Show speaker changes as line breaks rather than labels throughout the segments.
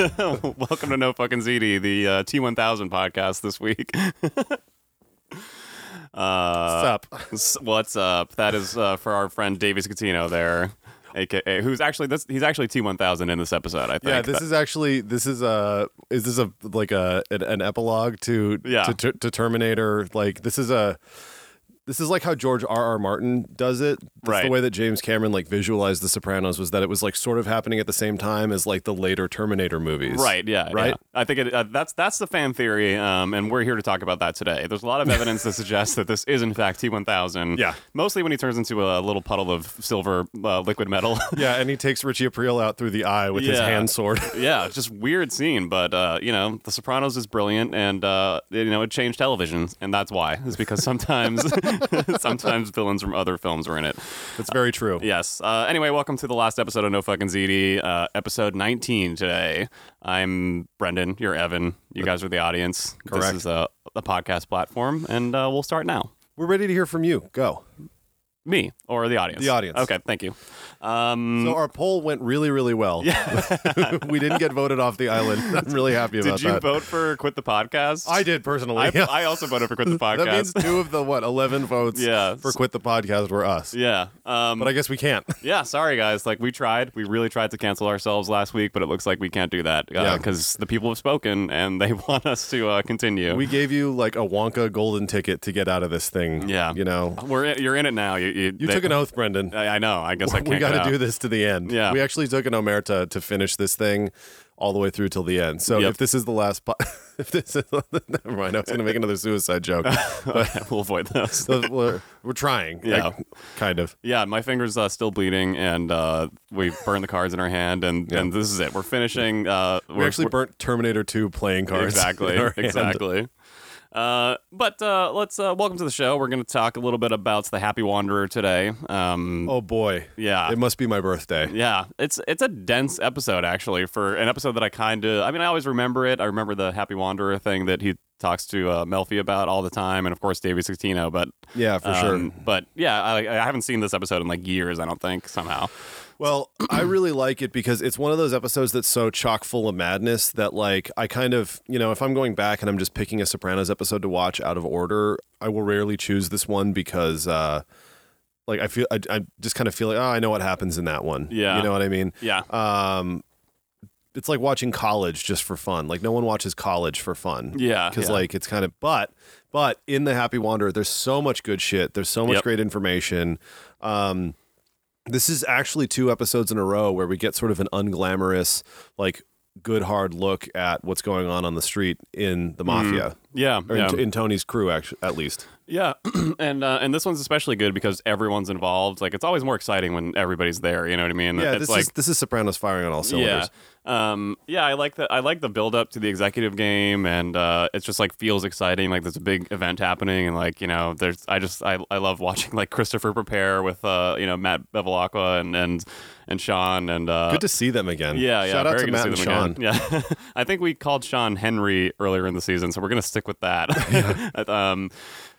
Welcome to No Fucking ZD, the uh, T1000 podcast this week. uh,
Sup?
s- what's up? That is uh, for our friend Davies Catino there, aka who's actually that's he's actually T1000 in this episode. I think.
Yeah, this is actually this is a is this a like a an, an epilogue to,
Yeah.
to to to Terminator? Like this is a this is like how George R. R. Martin does it. That's The
Right.
way that James Cameron like visualized The Sopranos was that it was like sort of happening at the same time as like the later Terminator movies.
Right. Yeah.
Right?
yeah. I think it, uh, that's that's the fan theory, um, and we're here to talk about that today. There's a lot of evidence that suggests that this is in fact T1000.
Yeah.
Mostly when he turns into a little puddle of silver uh, liquid metal.
Yeah, and he takes Richie Aprile out through the eye with his
Yeah.
hand sword.
yeah, it's just weird scene, but uh, you know, The Sopranos is brilliant, and uh, you know, it changed television, and that's why. Is because sometimes, sometimes villains from other films were in it.
That's very true.
Yes. Uh, anyway, welcome to the last episode of No Fucking ZD, uh, episode 19 today. I'm Brendan. You're Evan. You guys are the audience.
Correct.
This is a, a podcast platform, and uh, we'll start now.
We're ready to hear from you. Go.
Me or the audience?
The audience.
Okay, thank you. Um,
So our poll went really, really well. Yeah. we didn't get voted off the island. I'm really happy about
did you
that.
vote for quit the podcast?
I did personally.
I,
yeah.
I also voted for quit the podcast.
That means two of the what eleven votes
Yeah.
for quit the podcast were us.
yeah. Um,
But I guess we can't.
yeah, sorry guys. Like we tried, we really tried to cancel ourselves last week, but it looks like we can't do that
Yeah.
because the people have spoken and they want us to uh, continue.
We gave you like a Wonka golden ticket to get out of this thing.
Yeah.
you know,
We're in, you're in it now. You, you,
you took an oath, Brendan.
I, I know. I guess I can't.
we
got to
do this to the end.
Yeah.
we actually took an omerta to finish this thing all the way through till the end. So
Yep.
if this is the last, po- if this is never mind, I was going to make another suicide joke.
we'll avoid those.
So we're, we're trying.
Yeah.
like, kind of.
Yeah, my fingers uh, still bleeding, and uh, we burned the cards in our hand, and, and this is it. We're finishing. Uh,
We actually burnt Terminator 2 playing cards. in
Exactly.
our hand.
Exactly. Uh, but uh, let's uh, welcome to the show. We're going to talk a little bit about the Happy Wanderer today. Um,
Oh boy.
Yeah.
It must be my birthday.
Yeah, it's it's a dense episode actually for an episode that I kind of I mean I always remember it. I remember the Happy Wanderer thing that he talks to uh, Melfi about all the time, and of course Davey Sixtino. But
Yeah, for sure.
um, But yeah, I, I haven't seen this episode in like years. I don't think somehow.
Well, I really like it because it's one of those episodes that's so chock full of madness that, like, I kind of, you know, if I'm going back and I'm just picking a Sopranos episode to watch out of order, I will rarely choose this one because, uh, like, I feel, I, I just kind of feel like, oh, I know what happens in that one.
Yeah.
You know what I mean?
Yeah,
Um, it's like watching college just for fun. Like, no one watches college for fun.
yeah,
because
Uh, yeah.
like it's kind of but but in the happy wanderer there's so much good shit there's so much
Yep.
great information um this is actually two episodes in a row where we get sort of an unglamorous like good hard look at what's going on on the street in the mafia
yeah,
or
Mm-hmm. yeah.
in, in tony's crew actually at least
Yeah, and uh, and this one's especially good because everyone's involved. Like it's always more exciting when everybody's there. You know what I mean?
yeah
Uh, it's
this
like
is this is sopranos firing on all cylinders
Yeah. Um, yeah, I like the I like the build up to the executive game and uh, it's just like feels exciting, like there's a big event happening and like, you know, there's I just I, I love watching like Christopher prepare with uh, you know, Matt Bevilacqua and and, and Sean and uh
good to see them again
yeah, yeah.
shout out
very
to
good
matt
see
and
them
sean
again. Yeah, I think we called Sean Henry earlier in the season, so we're gonna stick with that. um,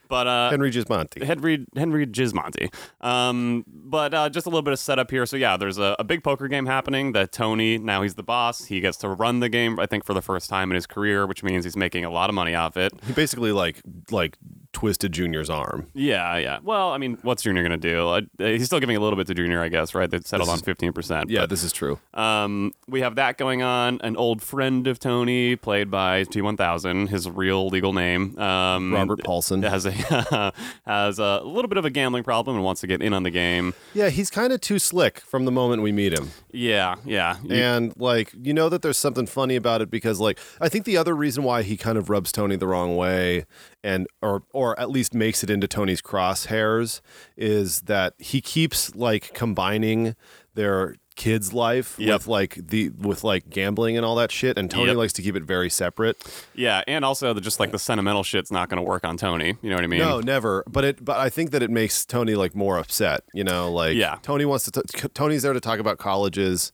but uh,
henry gismonti
Henry Henry Gismonti. Um, but uh, just a little bit of setup here. So yeah, there's a, a big poker game happening. That Tony now he's the boss. He gets to run the game. I think for the first time in his career, which means he's making a lot of money off it.
he basically like like twisted junior's arm
Yeah, yeah. Well, I mean, what's Junior gonna do? Uh, he's still giving a little bit to Junior, I guess. Right? They settled on fifteen percent.
yeah this is true
Um, we have that going on. An old friend of Tony, played by T1000, his real legal name, um,
robert paulson
has a has a little bit of a gambling problem and wants to get in on the game.
Yeah, he's kind of too slick from the moment we meet him.
Yeah, yeah. You-
And like, you know that there's something funny about it because like I think the other reason why he kind of rubs Tony the wrong way and or or at least makes it into Tony's crosshairs is that he keeps like combining their kids life
Yep.
with like the with like gambling and all that shit and Tony
Yep.
likes to keep it very separate.
yeah, and also the, just like the sentimental shit's not going to work on Tony. You know what I mean?
No, never. But it. But I think that it makes Tony like more upset. You know, like
Yeah.
Tony wants to. T- Tony's there to talk about colleges.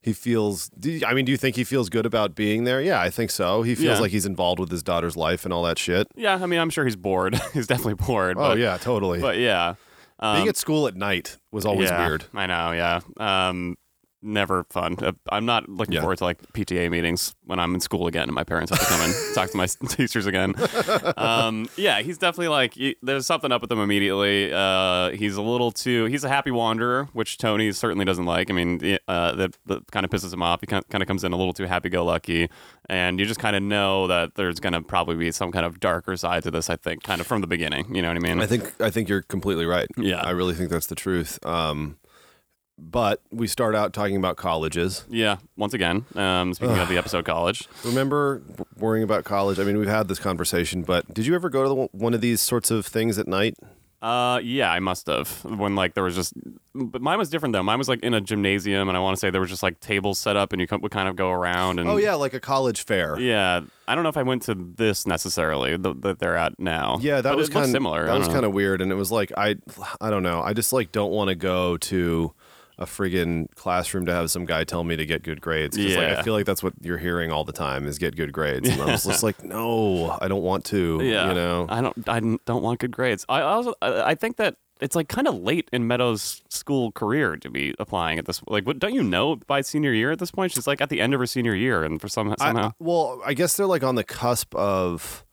He feels. Do you, I mean, do you think he feels good about being there? Yeah, I think so. He feels
Yeah.
like he's involved with his daughter's life and all that shit.
Yeah, I mean, I'm sure he's bored. he's definitely bored.
Oh
but,
yeah, totally.
but yeah, um,
Being at school at night was always
yeah,
weird.
I know. Yeah. Um, never fun. Uh, I'm not looking
Yeah.
forward to like PTA meetings when I'm in school again and my parents have to come and talk to my teachers again. Um, yeah, he's definitely like he- there's something up with him immediately. Uh, he's a little too. He's a happy wanderer, which Tony certainly doesn't like. I mean, the- uh, that, that kind of pisses him off. He kind of comes in a little too happy-go-lucky, and you just kind of know that there's going to probably be some kind of darker side to this. I think, kind of from the beginning. You know what I mean?
I think I think you're completely right.
Yeah.
I really think that's the truth. Um, but we start out talking about colleges.
yeah. Once again, um, speaking of the episode college,
Remember worrying about college? I mean, we've had this conversation, but did you ever go to the, one of these sorts of things at night?
Uh, yeah, I must have. When like there was just, but mine was different though. Mine was like in a gymnasium, and I want to say there was just like tables set up, and you co- would kind of go around and.
Oh yeah, like a college fair.
Yeah, I don't know if I went to this necessarily th- that they're at now.
Yeah, that
But
was
it looked
kind
similar.
That was kind of weird, and it was like I, I don't know. I just like don't want to go to a friggin' classroom to have some guy tell me to get good grades. 'cause, like, I
Yeah.
feel like that's what you're hearing all the time is get good grades, and I was just like, no, I don't want to.
Yeah,
you know.
I don't. I didn't- don't want good grades. I also. I I think that it's like kind of late in Meadows' school career to be applying at this. Like, what don't you know by senior year at this point? She's like at the end of her senior year, and for some
I-
somehow.
I- well, I guess they're like on the cusp of.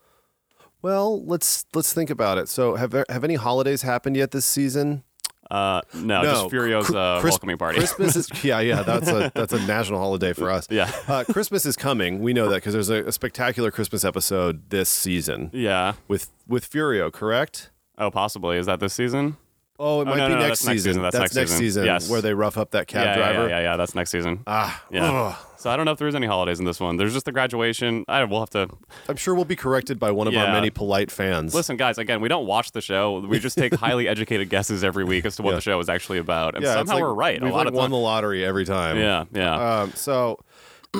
Well, let's let's think about it. So, have have any holidays happened yet this season?
uh, no, just Furio's
Cr-
uh,
Chris-
welcoming party.
Christmas is yeah, yeah. That's a that's a national holiday for us.
Yeah.
uh, Christmas is coming. We know that because there's a, a spectacular Christmas episode this season
yeah.
with with Furio, correct?
Oh, possibly. Is that this season?
Oh, it might
no,
be
no,
next,
that's next
season.
season, that's next
next
season.
season
Yes.
where they rough up that cab
yeah, yeah,
driver.
Yeah, yeah, yeah, That's next season.
Ah,
Yeah.
ugh.
So I don't know if there is any holidays in this one. There's just the graduation. I will have to
I'm sure we'll be corrected by one of our
Yeah.
many polite fans.
listen, guys. Again, we don't watch the show. We just take highly educated guesses every week as to what
Yeah.
the show is actually about, and
yeah, it's
somehow
like
we're right a
We've
lot
like
of
won
times.
the lottery every time.
Yeah, yeah.
Um, so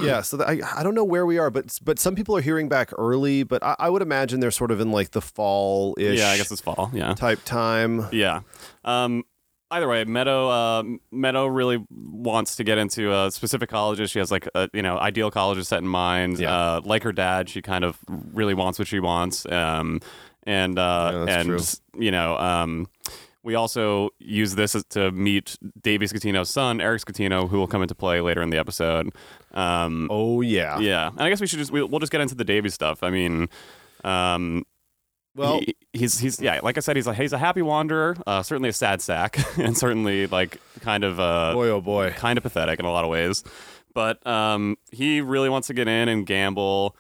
yeah, so the, I I don't know where we are, but but some people are hearing back early, but I, I would imagine they're sort of in like the fall ish
yeah, I guess it's fall. Yeah.
type time.
Yeah. Um, either way, Meadow uh, Meadow really wants to get into uh, specific colleges. She has like a, you know ideal colleges set in mind.
Yeah.
Uh, like her dad, she kind of really wants what she wants. Um, and
Yeah,
uh,
that's
and you know. Um, we also use this as- to meet Davey Scatino's son, Eric Scatino, who will come into play later in the episode. Um,
Oh yeah.
Yeah, and I guess we should just we, we'll just get into the Davey stuff. I mean, um,
Well,
he- he's he's yeah, like I said, he's a he's a happy wanderer, uh, certainly a sad sack, and certainly like kind of uh,
boy oh boy.
kind of pathetic in a lot of ways. But um, he really wants to get in and gamble,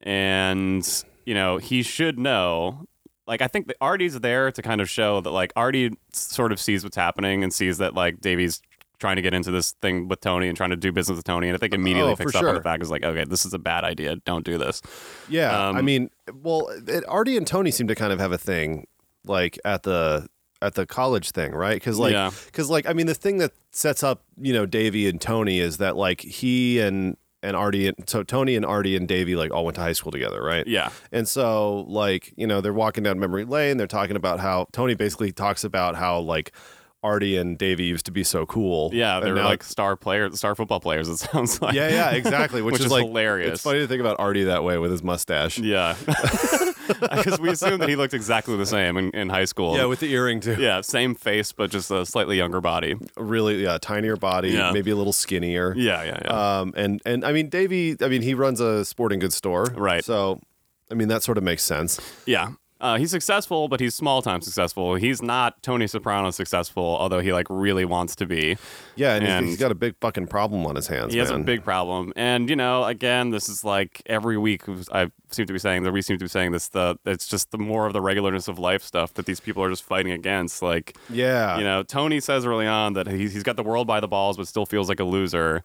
and you know he should know. Like I think that Artie's there to kind of show that like Artie sort of sees what's happening and sees that like Davey's trying to get into this thing with Tony and trying to do business with Tony, and I think immediately
Oh, for
picks up on
sure.
the fact is like, okay, this is a bad idea. Don't do this.
Yeah,
Um,
I mean, well, it, Artie and Tony seem to kind of have a thing, like at the at the college thing, right? Because like,
Yeah.
because like, I mean, the thing that sets up, you know, Davy and Tony is that like he and and Artie, and, so Tony and Artie and Davy like all went to high school together, right?
Yeah,
And so, like, you know, they're walking down memory lane. They're talking about how Tony basically talks about how, like, Artie and Davey used to be so cool.
yeah,
And
they're
now-
like star players, star football players. It sounds like
yeah, yeah, exactly. Which,
Which
is,
is
like
hilarious.
It's funny to think about Artie that way with his mustache.
Yeah, because we assumed that he looked exactly the same in, in high school.
Yeah, with the earring too.
Yeah, same face, but just a slightly younger body.
Really, yeah, tinier body,
Yeah.
maybe a little skinnier.
Yeah, yeah, yeah.
Um, and and I mean, Davey, I mean, he runs a sporting goods store,
Right.
So, I mean, that sort of makes sense.
yeah. Uh, he's successful, but he's small time successful. He's not Tony Soprano successful, although he like really wants to be.
Yeah, and, he's-
And-
he's got a big fucking problem on his hands.
He has a
man.
big problem, and you know, again, this is like every week I seem to be saying that we seem to be saying this. The it's just the more of the regularness of life stuff that these people are just fighting against. Like
Yeah,
you know, Tony says early on that he's, he's got the world by the balls, but still feels like a loser.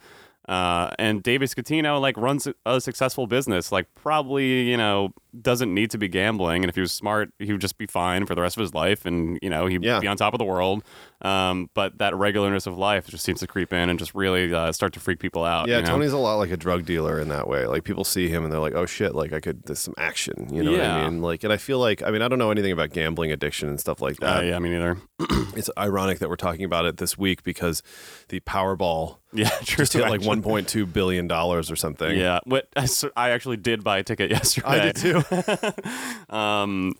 Uh, and David Scatino like runs a successful business, like probably you know doesn't need to be gambling, and if he was smart, he would just be fine for the rest of his life, and you know he'd
Yeah.
be on top of the world. Um, but that regularness of life just seems to creep in and just really uh, start to freak people out.
Yeah,
you know?
Tony's a lot like a drug dealer in that way. Like people see him and they're like, "Oh shit!" Like I could there's some action. You know what I
Yeah.
mean? Like, and I feel like I mean I don't know anything about gambling addiction and stuff like
Uh,
that.
yeah, me neither.
It's ironic that we're talking about it this week because the Powerball
Yeah, true.
just hit like
actually.
1.2 billion dollars or something.
Yeah, what I s- I actually did buy a ticket yesterday.
I did too.
Um,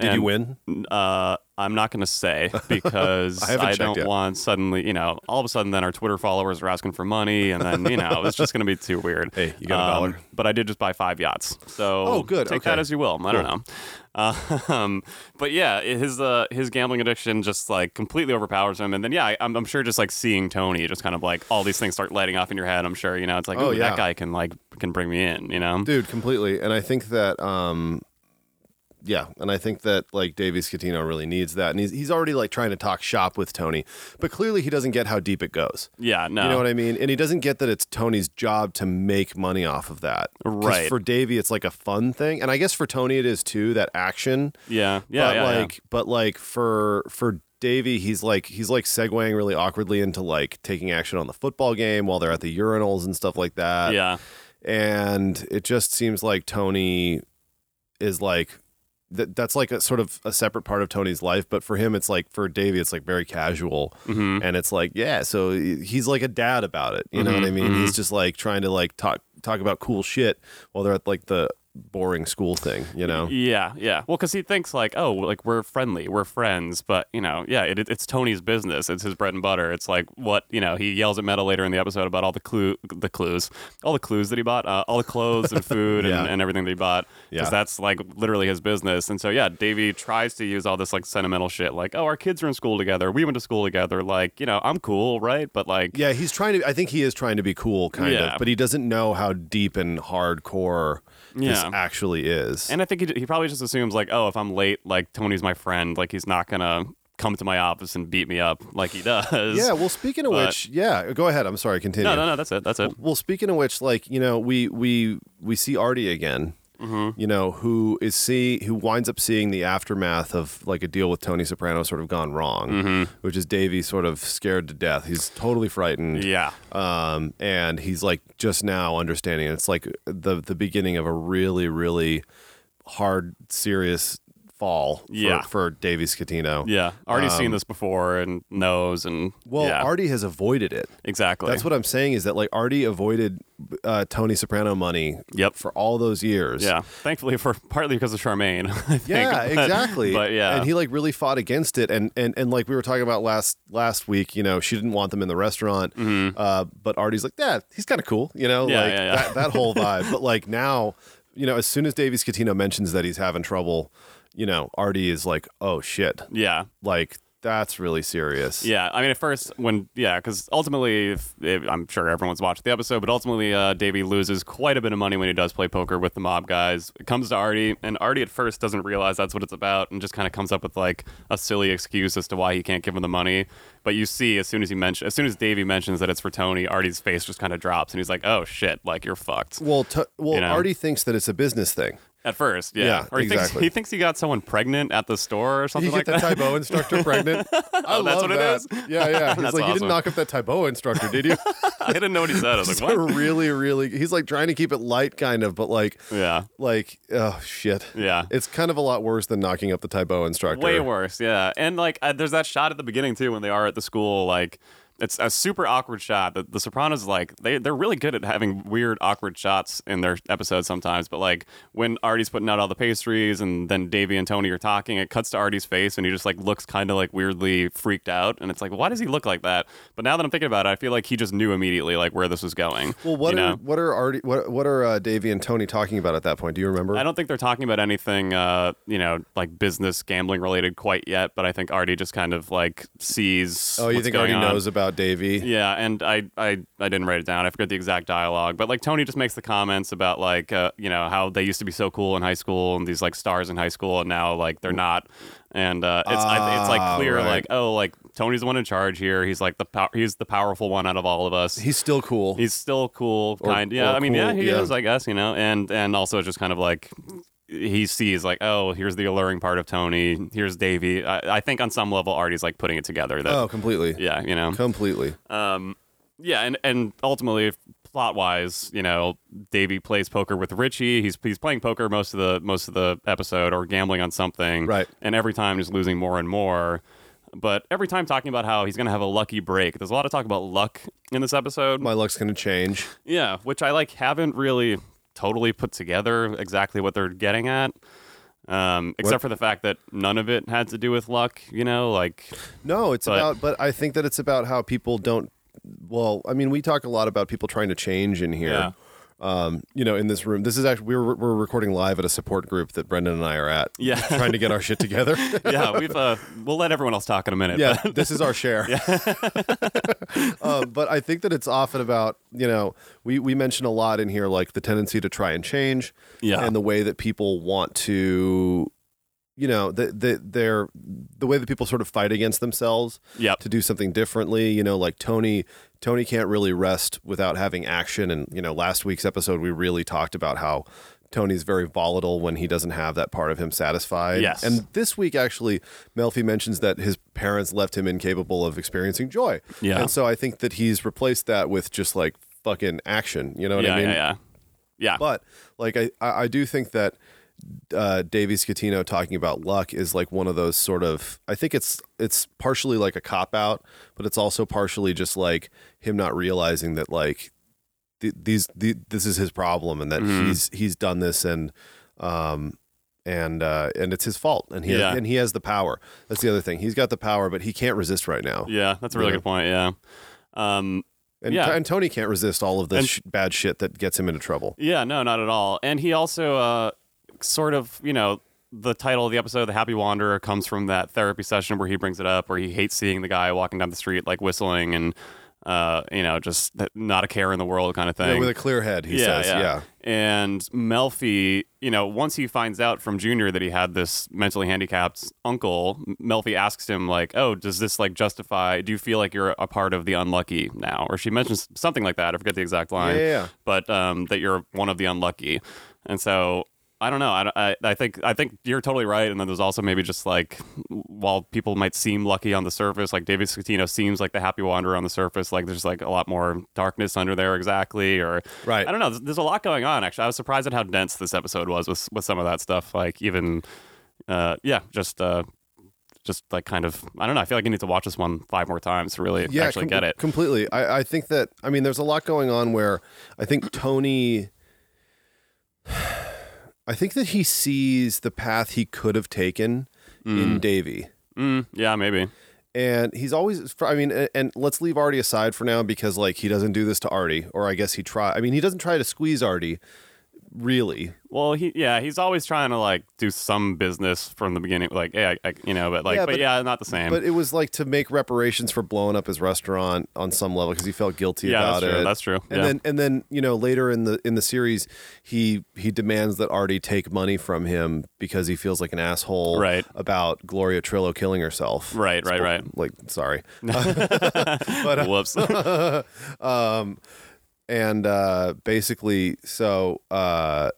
Did you
And-
win?
Uh, I'm not going to say because
I
I,
haven't checked
don't
yet.
want suddenly, you know, all of a sudden then our Twitter followers are asking for money and then, you know, it's just going to be too weird. Um,
Hey, you got a dollar.
But I did just buy five yachts. So
Oh, good.
Take
Okay.
that as you will. I don't know. Uh, um, but yeah, it- his uh, his gambling addiction just like completely overpowers him. And then, yeah, I, I'm, I'm sure just like seeing Tony, just kind of like all these things start lighting off in your head. I'm sure, you know, it's like,
Oh,
oh,
yeah.
that guy can like, can bring me in, you know?
dude completely and i think that um yeah and i think that like davies Catino really needs that and he's, he's already like trying to talk shop with tony but clearly he doesn't get how deep it goes
Yeah, no.
you know what i mean and he doesn't get that it's tony's job to make money off of that 'Cause
Right.
for davey it's like a fun thing and i guess for tony it is too that action
yeah, yeah, yeah,
but
yeah.
like but like for for Davey, he's like he's like segueing really awkwardly into like taking action on the football game while they're at the urinals and stuff like that
yeah.
and it just seems like Tony is like that that's like a sort of a separate part of Tony's life but for him it's like for Davey it's like very casual
Mhm.
and it's like yeah so he- he's like a dad about it you know
Mm-hmm.
what I mean he's just like trying to like talk talk about cool shit while they're at like the boring school thing you know
Yeah, yeah. Well, because he thinks like, oh, like we're friendly, we're friends, but you know, yeah, it, it's Tony's business. It's his bread and butter. It's like what you know. He yells at Meta later in the episode about all the clue, the clues, all the clues that he bought, uh, all the clothes and food
Yeah.
and, and everything that he bought. Because
Yeah.
that's like literally his business. And so yeah, Davey tries to use all this like sentimental shit, like oh, our kids are in school together, we went to school together, like you know, I'm cool, right? But like,
yeah he's trying to I think he is trying to be cool kind
Yeah.
of but he doesn't know how deep and hardcore this
Yeah.
actually is
And I think he, he probably just assumes like, oh, if I'm late, like Tony's my friend, like he's not gonna come to my office and beat me up like he does.
yeah well speaking of
But-
which yeah go ahead I'm sorry continue
No, no, no. That's it. That's it.
Well, speaking of which, like you know, we we we see Artie again.
Mm-hmm.
You know, who is see who winds up seeing the aftermath of like a deal with Tony Soprano sort of gone wrong,
Mm-hmm.
which is Davey sort of scared to death. He's totally frightened.
Yeah.
Um, and he's like just now understanding. It's like the the beginning of a really really hard serious fall. For,
Yeah.
for Davey Scatino.
Yeah. Already seen this before and knows and
Um, Well,
yeah,
Artie has avoided it.
exactly.
That's what I'm saying is that like Artie avoided uh, Tony Soprano money
Yep.
for all those years.
Yeah. Thankfully for partly because of Charmaine. I think.
Yeah,
but-
exactly.
But yeah.
and he like really fought against it, and and and like we were talking about last last week, you know, she didn't want them in the restaurant, uh, but Artie's like, yeah, he's kind of cool, you know,
Mm-hmm. Yeah,
like
yeah, yeah.
That, that whole vibe. but like now, you know, as soon as Davies Catino mentions that he's having trouble, you know, Artie is like, oh shit,
yeah.
like that's really serious.
Yeah, I mean, at first, when yeah, because ultimately, if, if, I'm sure everyone's watched the episode, but ultimately, uh, Davey loses quite a bit of money when he does play poker with the mob guys. It comes to Artie, and Artie at first doesn't realize that's what it's about, and just kind of comes up with like a silly excuse as to why he can't give him the money. But you see, as soon as he mentions, as soon as Davey mentions that it's for Tony, Artie's face just kind of drops, and he's like, "Oh shit, like you're fucked."
Well, to, well,
You know?
Artie thinks that it's a business thing.
At first, yeah,
Yeah,
or he thinks
exactly.
he thinks he got someone pregnant at the store or something
you
like
get
that.
the Tybo instructor pregnant. I
Oh, that's
love
what it
that.
is?
Yeah, yeah. He's like,
That's
you didn't
awesome.
knock up that Tybo instructor, did you?
I didn't know what he said. I was
It's
like, "What?"
really, really. He's like trying to keep it light, kind of, but like,
Yeah,
like, oh shit.
yeah.
It's kind of a lot worse than knocking up the Tybo instructor.
Way worse, yeah. And like, uh, there's that shot at the beginning too when they are at the school. Like, it's a super awkward shot. The, the Sopranos, like, they they're really good at having weird, awkward shots in their episodes sometimes. But like, when Artie's putting out all the pastries and then Davey and Tony are talking, it cuts to Artie's face and he just like looks kind of like weirdly freaked out. And it's like, why does he look like that? But now that I'm thinking about it, I feel like he just knew immediately like where this was going.
Well, what
you
are
know?
what are already what what are uh, Davey and Tony talking about at that point? Do you remember?
I don't think they're talking about anything, uh, you know, like business gambling related quite yet. But I think Artie just kind of like sees.
oh, you
what's
think
going
Artie
on.
knows about Davey?
Yeah, and I, I I didn't write it down. I forget the exact dialogue, but like Tony just makes the comments about like uh, you know how they used to be so cool in high school and these like stars in high school and now like they're not, and uh, it's I, it's
Ah,
like clear
right.
like oh like Tony's the one in charge here. He's like the pow- he's the powerful one out of all of us.
He's still cool.
He's still cool, kind. yeah,
or
I mean, yeah,
cool,
he
yeah.
is, I guess, you know, and and also it's just kind of like he sees like, oh, here's the alluring part of Tony. Here's Davey. I, I think on some level, Artie's like putting it together. That
oh, completely,
yeah, you know,
completely.
um, yeah, and and ultimately, plot wise, you know, Davey plays poker with Richie. He's he's playing poker most of the most of the episode or gambling on something,
Right.
And every time, just losing more and more. But every time talking about how he's going to have a lucky break. There's a lot of talk about luck in this episode.
My luck's gonna change.
Yeah, which I like haven't really totally put together exactly what they're getting at. Um, except for the fact that none of it had to do with luck, you know, like
No, it's
But-
about, but I think that it's about how people don't. Well, I mean, we talk a lot about people trying to change in here.
Yeah.
Um, you know, in this room, this is actually we're we're recording live at a support group that Brendan and I are at.
Yeah.
trying to get our shit together.
yeah, we've uh, we'll let everyone else talk in a minute.
yeah,
but-
this is our share. um, but I think that it's often about you know we we mention a lot in here like the tendency to try and change,
Yeah.
and the way that people want to, you know, the, the they're the way that people sort of fight against themselves
Yep.
to do something differently. You know, like Tony Tony can't really rest without having action, and you know, last week's episode we really talked about how. Tony's very volatile when he doesn't have that part of him satisfied.
Yes.
And this week, actually, Melfi mentions that his parents left him incapable of experiencing joy.
Yeah.
And so I think that he's replaced that with just like fucking action. You know what
yeah,
I mean?
yeah, yeah, yeah.
But like, I, I I do think that uh, Davey Scatino talking about luck is like one of those sort of, I think it's, it's partially like a cop out, but it's also partially just like him not realizing that like th- these, th- this is his problem and that
Mm-hmm.
he's, he's done this and, um, and uh, and it's his fault, and he
Yeah.
and he has the power. That's the other thing. He's got the power, but he can't resist right now.
yeah, that's a really
Yeah.
good point. Yeah. Um,
And,
Yeah.
and Tony can't resist all of the
And-
sh- bad shit that gets him into trouble.
yeah, no, not at all. And he also uh, sort of, you know, the title of the episode, The Happy Wanderer, comes from that therapy session where he brings it up, where he hates seeing the guy walking down the street, like whistling and, uh, you know, just th- not a care in the world kind of thing.
Yeah, with a clear head, he says. Yeah.
And Melfi, you know, once he finds out from Junior that he had this mentally handicapped uncle, M- Melfi asks him like, "Oh, does this like justify? Do you feel like you're a part of the unlucky now?" Or she mentions something like that. I forget the exact line.
Yeah, yeah, yeah.
But um, that you're one of the unlucky, and so. I don't know. I, don't- I, I think I think you're totally right. And then there's also maybe just like while people might seem lucky on the surface, like David Scatino seems like the happy wanderer on the surface. Like there's like a lot more darkness under there, exactly. Or
Right.
I don't know. There's, there's a lot going on. Actually, I was surprised at how dense this episode was with with some of that stuff. Like even, uh, yeah, just uh, just like kind of. I don't know. I feel like you need to watch this one five more times to really
Yeah,
actually
com-
get it.
completely. I, I think that I mean, there's a lot going on where I think Tony. I think that he sees the path he could have taken in Davy.
Mm, yeah, maybe.
and he's always i mean and, and let's leave artie aside for now because like he doesn't do this to artie or i guess he try i mean he doesn't try to squeeze artie really
Well, he yeah, he's always trying to like do some business from the beginning. Like yeah, I, I, you know, but like
Yeah,
but,
but-
yeah, not the same.
but it was like to make reparations for blowing up his restaurant on some level because he felt guilty
yeah,
about
that's true.
it
That's true.
and
yeah.
then and then you know later in the in the series he he demands that artie take money from him because he feels like an asshole
Right.
about gloria trillo killing herself
right, right, right.
like sorry uh,
Whoops.
um, and uh, basically, so uh,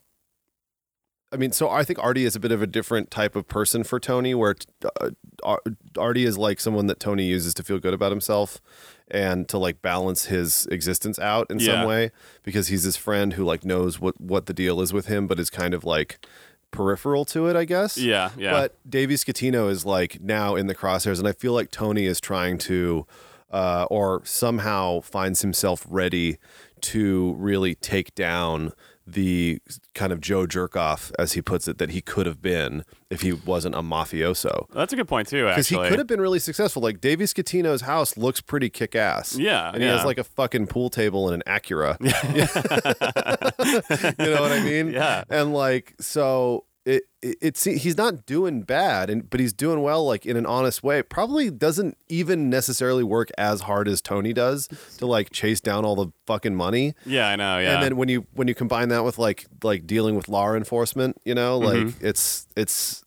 I mean, so I think Artie is a bit of a different type of person for Tony, where uh, Ar- Artie is like someone that Tony uses to feel good about himself and to like balance his existence out in
Yeah.
some way because he's his friend who like knows what what the deal is with him, but is kind of like peripheral to it, I guess.
yeah, yeah.
But Davey Scatino is like now in the crosshairs, and I feel like Tony is trying to, uh, or somehow finds himself ready to really take down the kind of Joe Jerkoff, as he puts it, that he could have been if he wasn't a mafioso.
that's a good point too.
Because he
Actually,
could have been really successful. Like Davey Scatino's house looks pretty kick ass.
Yeah,
And he
yeah.
has like a fucking pool table and an Acura. you know what I mean?
Yeah.
And like, so it, it, it se- he's not doing bad, and but he's doing well, like in an honest way. Probably doesn't even necessarily work as hard as Tony does to like chase down all the fucking money.
yeah, I know. Yeah,
And then when you when you combine that with like like dealing with law enforcement, you know, like it's it's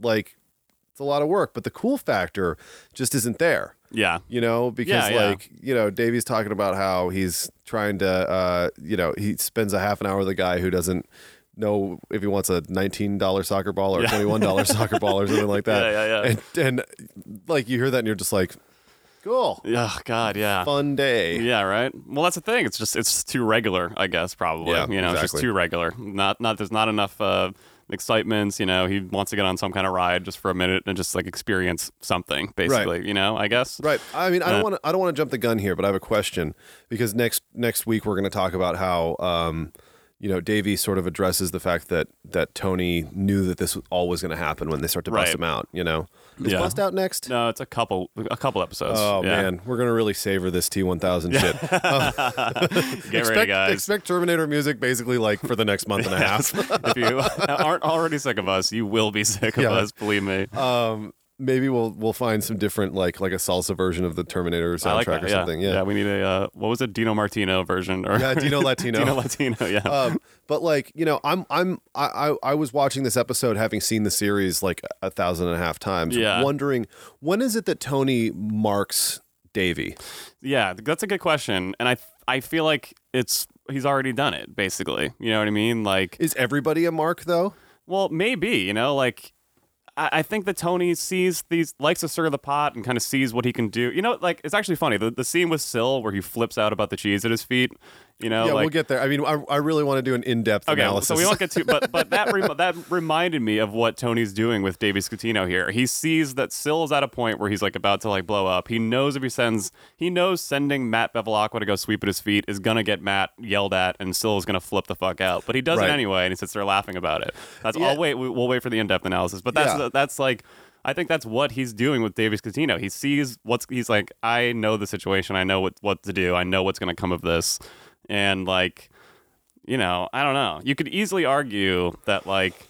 like it's a lot of work, but the cool factor just isn't there
yeah,
you know because
Yeah, yeah.
like you know davey's talking about how he's trying to uh you know he spends a half an hour with a guy who doesn't know if he wants a $19 soccer ball or a
Yeah.
$21 soccer ball or something like that
Yeah, yeah,
and and like you hear that and you're just like cool
yeah. God, yeah.
fun day
Yeah, right. Well, that's the thing. It's just it's too regular, I guess. Probably,
Yeah,
you know, it's just
exactly.
too regular. Not not there's not enough uh, excitement. You know, he wants to get on some kind of ride just for a minute and just like experience something, basically. You know, I guess.
Right. I mean, I
Uh,
don't want to. I don't want to jump the gun here, but I have a question because next next week we're going to talk about how um, you know, Davy sort of addresses the fact that that Tony knew that this was always going to happen when they start to bust
Right.
him out. You know, is
Yeah.
bust out next?
No, it's a couple a couple episodes.
Oh
Yeah.
man, we're gonna really savor this T1000 shit.
get
expect,
ready, guys.
expect Terminator music basically like for the next month and a half.
if you aren't already sick of us, you will be sick of
Yeah.
us. Believe me.
um, maybe we'll we'll find some different like like a salsa version of the Terminator soundtrack
I like that.
or
yeah.
something. Yeah.
we need a uh, what was it, Dino Martino version or
Yeah, Dino Latino.
Dino Latino. Yeah,
um, but like you know, I'm I'm I, I I was watching this episode having seen the series like a thousand and a half times,
Yeah.
wondering when is it that Tony marks Davy?
yeah. That's a good question, and I I feel like it's he's already done it basically. You know what I mean? Like,
Is everybody a mark though?
well, maybe you know, like. I I think that Tony sees these, likes to stir the pot and kind of sees what he can do. You know, like, it's actually funny. The, the scene with Syl where he flips out about the cheese at his feet, you know,
yeah,
Oh, like,
we'll get there. I mean, I, I really want to do an in depth
Okay,
analysis.
so we won't get to, but but that re- that reminded me of what Tony's doing with Davey Scutino here. He sees that Sill's at a point where he's like about to like blow up. He knows if he sends, he knows sending Matt Bevilacqua to go sweep at his feet is gonna get Matt yelled at, and Sill's gonna flip the fuck out. But he does
Right.
it anyway, and he sits there laughing about it. That's
Yeah.
I'll wait. we- We'll wait for the in depth analysis. But that's
Yeah.
that's like. I think that's what he's doing with Davis Catino. He sees what's he's like. I know the situation. I know what what to do. I know what's going to come of this, and like you know, I don't know. You could easily argue that like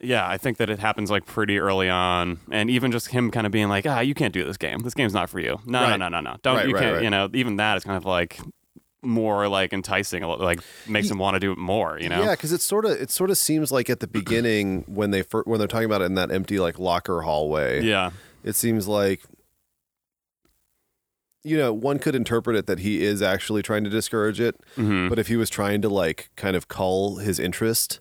yeah, I think that it happens like pretty early on and even just him kind of being like, "Ah, you can't do this game. This game's not for you." No,
Right.
no, no, no, no. Don't
Right,
you
right,
can't,
right.
you know, even that is kind of like more like enticing, a lot- like makes him want to do it more, you know.
Yeah, because it's sort of it sort of seems like at the beginning when they fir- when they're talking about it in that empty like locker hallway,
Yeah.
it seems like you know one could interpret it that he is actually trying to discourage it,
Mhm.
but if he was trying to like kind of cull his interest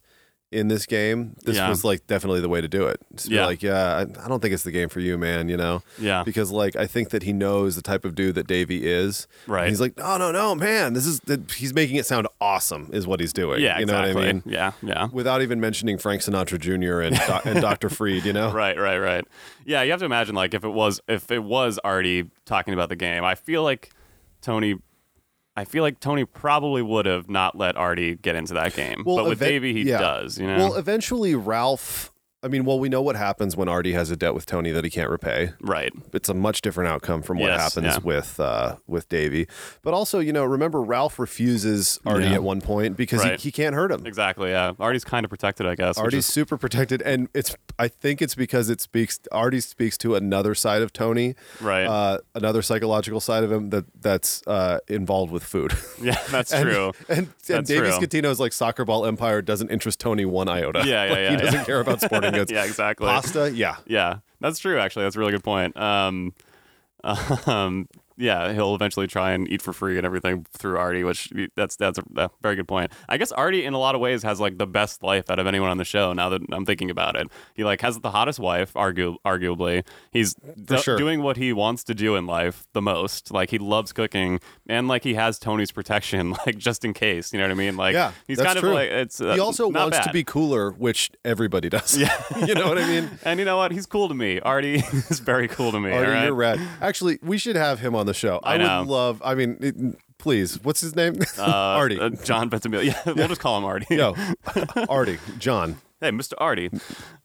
in this game, this
Yeah.
was like definitely the way to do it. Just be
Yeah.
like, yeah, I, I don't think it's the game for you, man. You know,
Yeah.
because like I think that he knows the type of dude that Davey is.
Right.
And he's like, no, no, no, man. This is that he's making it sound awesome, is what he's doing.
yeah,
you know
exactly.
what I mean.
Yeah, yeah.
Without even mentioning Frank Sinatra Jr. and Do- and Dr. Freed, you know.
right right right yeah you have to imagine like if it was if it was already talking about the game i feel like tony i feel like tony probably would have not let artie get into that game but with
eve-
davey he
yeah.
does you know
Well, eventually Ralph. I mean, well, we know what happens when Artie has a debt with Tony that he can't repay.
right
It's a much different outcome from what
Yes,
happens
yeah.
with uh, with Davey. But also, you know, remember Ralph refuses Artie
Yeah.
at one point because
Right.
he, he can't hurt him.
exactly yeah artie's kind of protected i guess which
Artie's
is-
super protected, and it's. I think it's because it speaks. Artie speaks to another side of Tony,
Right.
Uh, another psychological side of him that that's uh, involved with food.
yeah that's true
and and
That's
Davis
true.
Catino's like soccer ball empire doesn't interest Tony one iota.
Yeah, yeah, yeah,
Like, he
yeah.
doesn't care about sporting goods.
yeah exactly
Pasta, yeah.
yeah that's true actually that's a really good point um um yeah, he'll eventually try and eat for free and everything through Artie, which that's that's a, a very good point. I guess Artie, in a lot of ways, has like the best life out of anyone on the show. Now that I'm thinking about it, he like has the hottest wife, argu- arguably. He's do-
sure.
doing what he wants to do in life the most. Like he loves cooking, and like he has Tony's protection, like just in case. You know what I mean? Like
Yeah,
he's
that's
kind
true.
of like it's. Uh,
he also
not
wants to
bad.
be cooler, which everybody does. Yeah, you know what I mean.
And you know what? He's cool to me. Artie is very cool to me.
Artie,
all right?
you're rad. Actually, we should have him on the show. I,
I know.
would love. I mean, it, please, what's his name? Artie.
uh, John Bentamil. Yeah, we'll just call him Artie.
Yo, Artie, John.
Hey, Mr. Artie.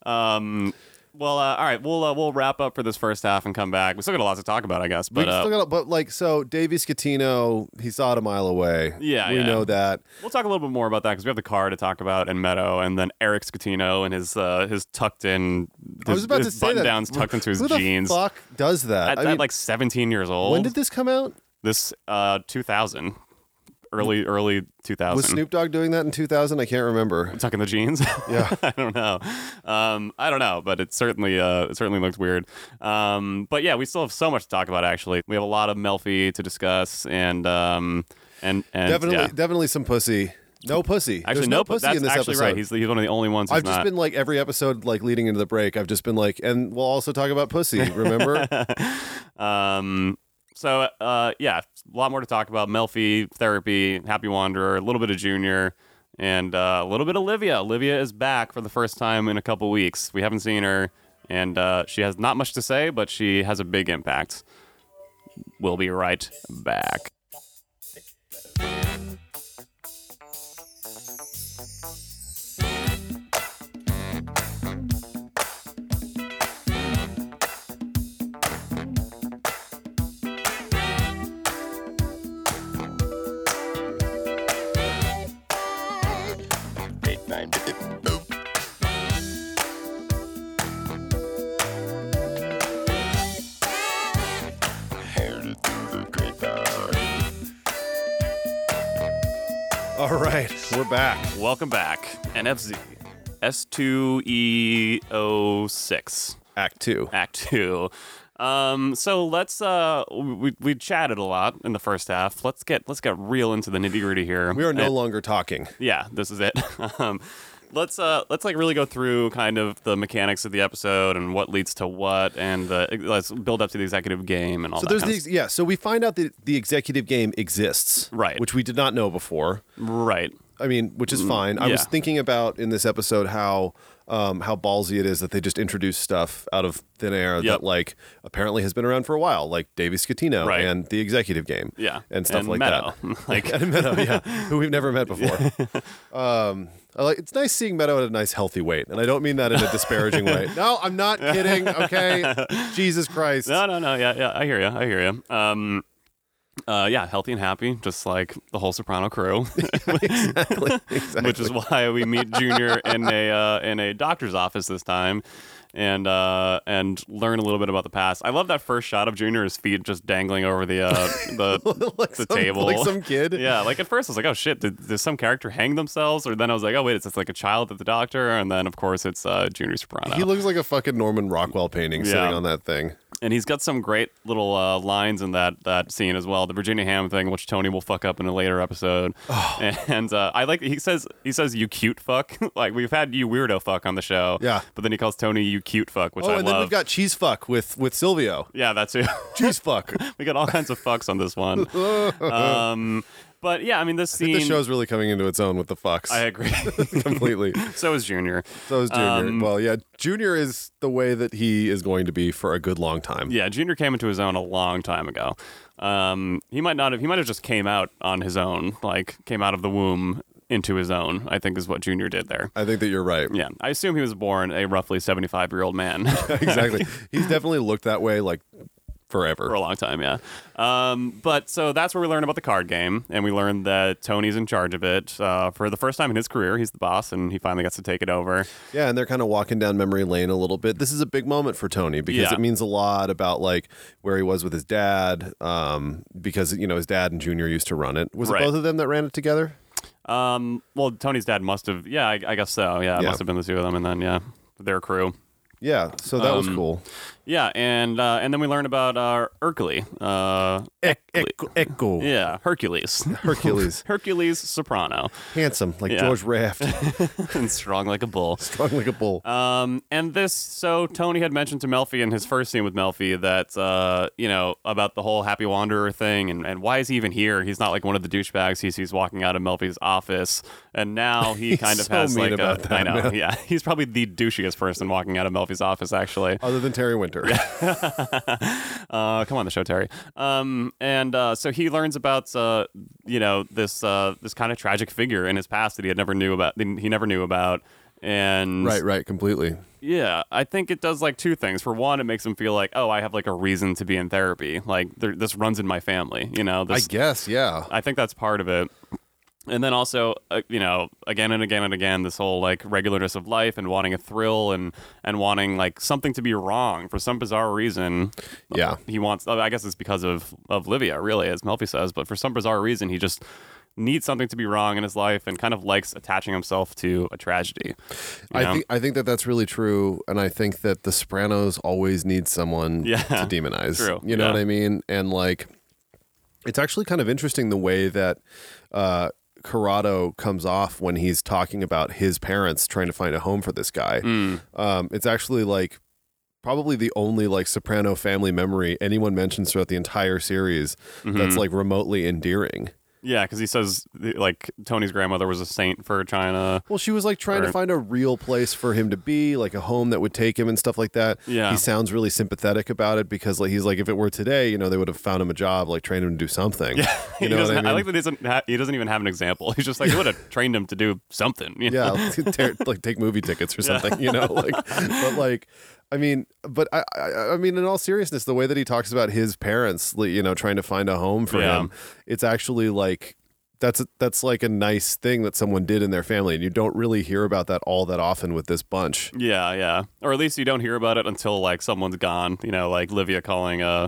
Um, well, uh, all right, we'll uh, we'll wrap up for this first half and come back. We still got a lot to talk about, I guess.
We
But uh,
still got, but like, so Davey Scatino, he saw it a mile away.
Yeah,
we
yeah.
know that.
we'll talk a little bit more about that because we have the car to talk about and Meadow, and then Eric Scatino and his uh, his tucked in. His,
I was about to
his
say
button
that.
downs tucked into his
Who the
jeans.
fuck does that?
At,
I
at
mean,
like 17 years old.
when did this come out?
this uh 2000? Early early 2000.
Was Snoop Dogg doing that in 2000? I can't remember.
tucking the jeans.
Yeah.
I don't know. Um, I don't know, but it certainly uh, it certainly looked weird. Um, but yeah, we still have so much to talk about. Actually, we have a lot of Melfi to discuss, and um, and and
Definitely,
yeah.
definitely some pussy. No pussy.
actually
There's
no,
no
but
pussy
that's
in this
actually
episode.
right. He's, he's one of the only ones. Who's
I've just
not.
been like every episode, like leading into the break. I've just been like, and we'll also talk about pussy. Remember?
Um, so uh, yeah, a lot more to talk about. Melfi, therapy, Happy Wanderer, a little bit of Junior, and uh, a little bit of Olivia. Olivia is back for the first time in a couple weeks. We haven't seen her, and uh, she has not much to say, but she has a big impact. We'll be right back. time.
All right, we're back.
Welcome back, NFZ S2E06.
Act two.
E Act Two. Um, so let's uh, we we chatted a lot in the first half. Let's get let's get real into the nitty gritty here.
We are no
And-
longer talking.
yeah, this is it. um, let's uh, let's like really go through kind of the mechanics of the episode and what leads to what, and the, let's build up to the executive game and all
So
that.
there's
kind
the ex- yeah. So we find out that the executive game exists,
Right.
Which we did not know before.
of- right.
I mean, which is fine. I was
yeah.
thinking about in this episode how um, how ballsy it is that they just introduce stuff out of thin air
Yep.
that like apparently has been around for a while, like Davey Scatino
Right.
and the executive game,
Yeah,
and stuff
And
like
Meadow.
that.
Like-
and Meadow, yeah, who we've never met before. um, I like it's nice seeing Meadow at a nice healthy weight, and I don't mean that in a disparaging way. No, I'm not kidding. Okay, Jesus Christ.
No, no, no. Yeah, yeah. I hear you. I hear you. Um, uh, yeah, healthy and happy, just like the whole Soprano crew, which is why we meet Junior in a uh, in a doctor's office this time, and uh, and learn a little bit about the past. I love that first shot of Junior's feet just dangling over the uh, the
like
the
some,
table.
like some kid.
yeah, like at first I was like, oh shit, did, did some character hang themselves? Or then I was like, oh wait, it's just like a child at the doctor, and then of course it's uh, Junior Soprano.
He looks like a fucking Norman Rockwell painting
Yeah.
sitting on that thing.
and he's got some great little uh, lines in that that scene as well. The Virginia Ham thing, which Tony will fuck up in a later episode,
Oh.
and uh, I like he says he says you cute fuck. like we've had you weirdo fuck on the show,
Yeah.
But then he calls Tony you cute fuck, which
Oh,
I
and
love.
then we've got cheese fuck with with Silvio.
yeah, that's it.
Cheese fuck.
we got all kinds of fucks on this one. um, but yeah, I mean this scene.
the show's really coming into its own with the fucks.
I agree.
completely.
so is Junior.
So is Junior.
Um,
well, yeah, Junior is the way that he is going to be for a good long time.
Yeah, Junior came into his own a long time ago. Um, he might not have. He might have just came out on his own, like came out of the womb into his own. I think is what Junior did there.
I think that you're right.
Yeah, I assume he was born a roughly seventy-five year old man
exactly. He's definitely looked that way like
for
forever.
a long time. Yeah. Um, but so that's where we learn about the card game, and we learn that Tony's in charge of it uh, for the first time in his career. He's the boss, and he finally gets to take it over.
Yeah, and they're kind of walking down memory lane a little bit. This is a big moment for Tony because
Yeah.
it means a lot about like where he was with his dad. Um, because you know his dad and Junior used to run it. Was
Right.
it both of them that ran it together?
Um, well, Tony's dad must have. Yeah, I, I guess so. Yeah, it
Yeah.
must have been the two of them, and then yeah, their crew.
Yeah. So that
Um,
was cool.
Yeah, and uh, and then we learn about uh, Hercules. Uh,
Echo, echo.
yeah, Hercules.
Hercules,
Hercules Soprano
handsome like
Yeah.
George Raft,
and strong like a bull.
strong like a bull.
Um, and this, so Tony had mentioned to Melfi in his first scene with Melfi that, uh, you know, about the whole Happy Wanderer thing and, and why is he even here? He's not like one of the douchebags he sees walking out of Melfi's office. And now he
He's
kind of
so
has
mean
like
about
a, I
that,
know,
man.
yeah. He's probably the douchiest person walking out of Melfi's office, actually.
Other than Terry Winter,
Uh, come on the show, Terry. Um, and uh, so he learns about uh, you know this uh, this kind of tragic figure in his past that he had never knew about. He never knew about. And
right, right, completely.
yeah, I think it does like two things. For one, it makes him feel like, oh, I have like a reason to be in therapy. Like there, this runs in my family. You know,
I
this,
guess, yeah.
I think that's part of it. And then also, uh, you know, again and again and again, this whole like regularness of life and wanting a thrill and and wanting like something to be wrong for some bizarre reason.
Yeah.
he wants. I guess it's because of of Livia, really, as Melfi says. But for some bizarre reason, he just needs something to be wrong in his life and kind of likes attaching himself to a tragedy. you
I
know?
think I think that that's really true, and I think that The Sopranos always need someone
Yeah.
to demonize.
True,
You know
yeah.
what I mean? And like, it's actually kind of interesting the way that uh, Corrado comes off when he's talking about his parents trying to find a home for this guy.
Mm.
Um, it's actually like probably the only like Soprano family memory anyone mentions throughout the entire series
Mm-hmm.
that's like remotely endearing.
Yeah, because he says like Tony's grandmother was a saint for China.
Well, she was like trying
Or-
to find a real place for him to be, like a home that would take him and stuff like that.
Yeah.
He sounds really sympathetic about it because like he's like, if it were today, you know, they would have found him a job, like trained him to do something. Yeah. You know
he
what I
doesn't-
mean?
like that he doesn't. Ha- he doesn't even have an example. He's just like they would have trained him to do something. you know?
yeah, like, tear- like take movie tickets or something, you know, like, but like, I mean, but I, I, I mean, in all seriousness, the way that he talks about his parents, like, you know, trying to find a home for
Yeah.
him, it's actually like that's that's like a nice thing that someone did in their family, and you don't really hear about that all that often with this bunch.
Yeah, yeah. Or at least you don't hear about it until like someone's gone. You know, like Livia calling uh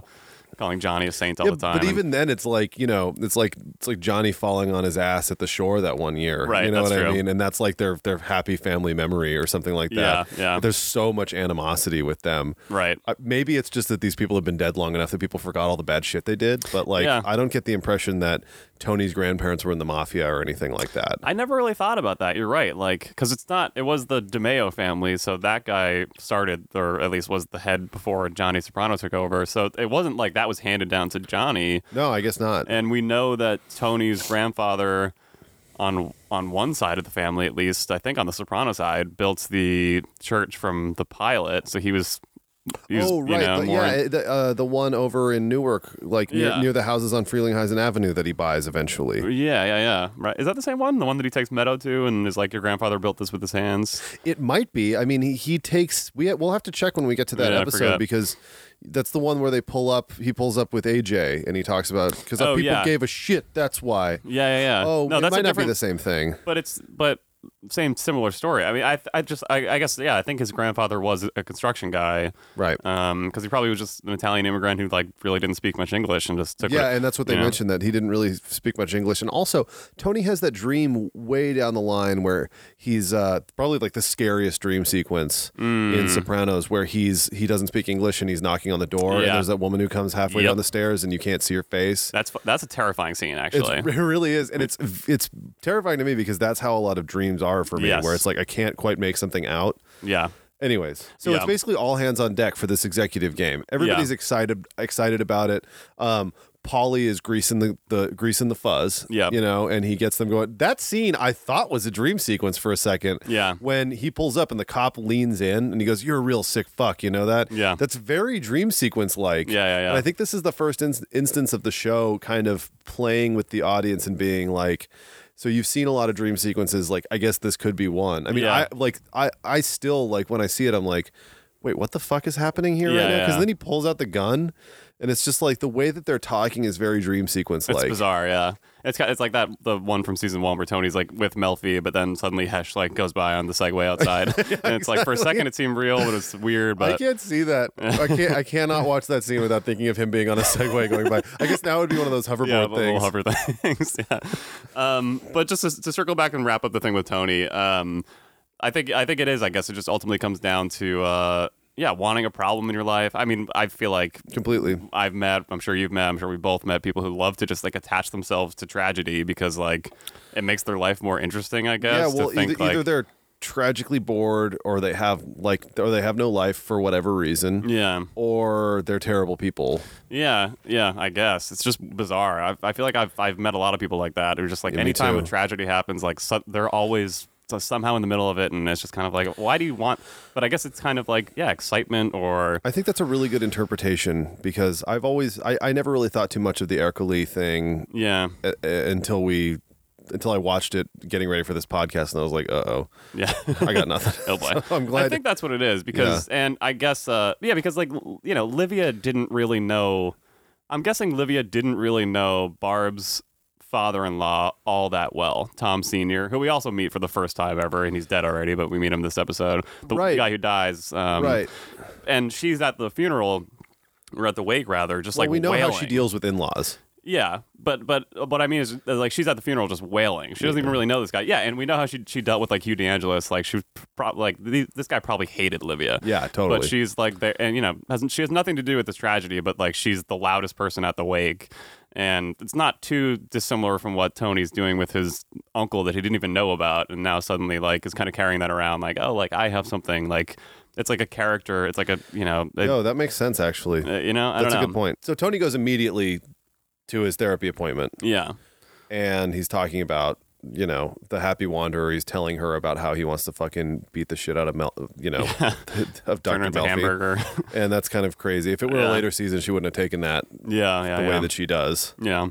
calling Johnny a saint all
Yeah,
the time.
but
and-
even then, it's like you know, it's like it's like Johnny falling on his ass at the shore that one year.
Right,
You know
that's
what I
true.
mean? And that's like their their happy family memory or something like that.
Yeah, yeah.
But there's so much animosity with them.
right.
Uh, maybe it's just that these people have been dead long enough that people forgot all the bad shit they did. But like,
Yeah.
I don't get the impression that Tony's grandparents were in the mafia or anything like that.
I never really thought about that. You're right. Like, because it's not, it was the DeMeo family. So that guy started, or at least was the head before Johnny Soprano took over. So it wasn't like that was handed down to Johnny.
No, I guess not.
And we know that Tony's grandfather, on on one side of the family at least, I think on the Soprano side, built the church from the pilot. So he was, he was
oh
you
right,
know,
the-
more
yeah, the, uh, the one over in Newark, like near,
Yeah.
near the houses on Frelinghuysen Avenue that he buys eventually.
yeah, yeah, yeah. Right? Is that the same one? The one that he takes Meadow to, and is like, your grandfather built this with his hands.
It might be. I mean, he, he takes. We we'll have to check when we get to that
Yeah, I
episode
forgot.
because that's the one where they pull up. He pulls up with AJ and he talks about because
Oh,
people
yeah.
gave a shit. That's why.
Yeah, yeah, yeah.
Oh,
no,
it
that's
might
a
not be
different.
the same thing.
but it's but same similar story. I mean, I I just I, I guess yeah. I think his grandfather was a construction guy,
Right.
Um, because he probably was just an Italian immigrant who like really didn't speak much English and just took
yeah,
what-
and that's what they
you know.
mentioned that he didn't really speak much English. And also, Tony has that dream way down the line where he's uh, probably like the scariest dream sequence
Mm.
in Sopranos, where he's he doesn't speak English and he's knocking on the door, and
Yeah.
there's that woman who comes halfway
Yep.
down the stairs and you can't see her face.
That's fu- that's a terrifying scene
It's,
actually. Mm.
it really is, and it's it's terrifying to me because that's how a lot of dreams are for me,
Yes.
where it's like I can't quite make something out.
yeah,
Anyways, so it's
Yeah.
basically all hands on deck for this executive game. Everybody's
Yeah.
excited excited about it. Um, Polly is greasing the, the greasing the fuzz.
Yeah.
you know, and he gets them going. That scene I thought was a dream sequence for a second.
Yeah.
when he pulls up and the cop leans in and he goes, "You're a real sick fuck," you know that.
Yeah.
that's very dream sequence like.
Yeah, yeah, yeah.
And I think this is the first ins- instance of the show kind of playing with the audience and being like. So you've seen a lot of dream sequences. Like, I guess this could be one. I mean,
Yeah.
I like I I still like when I see it, I'm like, wait, what the fuck is happening here right
Yeah,
now? Because
yeah.
then he pulls out the gun, and it's just like the way that they're talking is very dream sequence
it's
like.
bizarre. Yeah, it's ki- it's like that the one from season one where Tony's like with Melfi, but then suddenly Hesh like goes by on the Segway outside, and it's like for a second it seemed real, but it's weird.
I
But
can't see that. I can't. I cannot watch that scene without thinking of him being on a Segway going by. I guess that would be one of those hoverboard
yeah,
things.
little hover things. yeah. Um, but just to, to circle back and wrap up the thing with Tony, um, I think I think it is. I guess it just ultimately comes down to uh, yeah, wanting a problem in your life. I mean, I feel like
Completely.
I've met. I'm sure you've met. I'm sure we both met people who love to just like attach themselves to tragedy because like it makes their life more interesting. I
Yeah.
guess.
Well,
to think,
either,
like,
either they're tragically bored, or they have like, or they have no life for whatever reason,
yeah,
or they're terrible people.
yeah, yeah. I guess it's just bizarre. I, I feel like I've I've met a lot of people like that. who just like
me
anytime a
too.
tragedy happens, like so, they're always so- somehow in the middle of it, and it's just kind of like, why do you want? But I guess it's kind of like yeah, excitement or
I think that's a really good interpretation because I've always I, I never really thought too much of the Erica Lee thing
yeah,
uh, uh, until we until I watched it getting ready for this podcast and I was like, uh oh,
yeah.
I got nothing.
Oh boy.
I'm glad.
I think that's what it is because, and I guess, uh, yeah, because like l- you know, Livia didn't really know. I'm guessing Livia didn't really know Barb's father-in-law all that well, Tom Senior, who we also meet for the first time ever, and he's dead already, but we meet him this episode. The
Right.
guy who dies, um,
right.
And she's at the funeral. Or at the wake, rather, just
Well,
like
we know
wailing.
how she deals with in-laws.
Yeah, but but what I mean is uh, like she's at the funeral just wailing. She doesn't even really know this guy. Yeah, and we know how she she dealt with like Hugh DeAngelis. Like she was pro- like th- this guy probably hated Livia.
Yeah, totally.
But she's like there, and you know hasn't she has nothing to do with this tragedy, but like she's the loudest person at the wake, and it's not too dissimilar from what Tony's doing with his uncle that he didn't even know about, and now suddenly like is kind of carrying that around like oh like I have something like it's like a character. It's like a you know a-
No, that makes sense actually.
uh, you know I
that's
don't know.
a good point. So Tony goes immediately to his therapy appointment
Yeah.
and he's talking about you know the happy wanderer he's telling her about how he wants to fucking beat the shit out of Mel you know of
Turn her
Dr.
into
Melfi
hamburger.
and that's kind of crazy if it were a
Yeah.
later season she wouldn't have taken that
yeah, yeah.
the
yeah.
way that she does.
Yeah.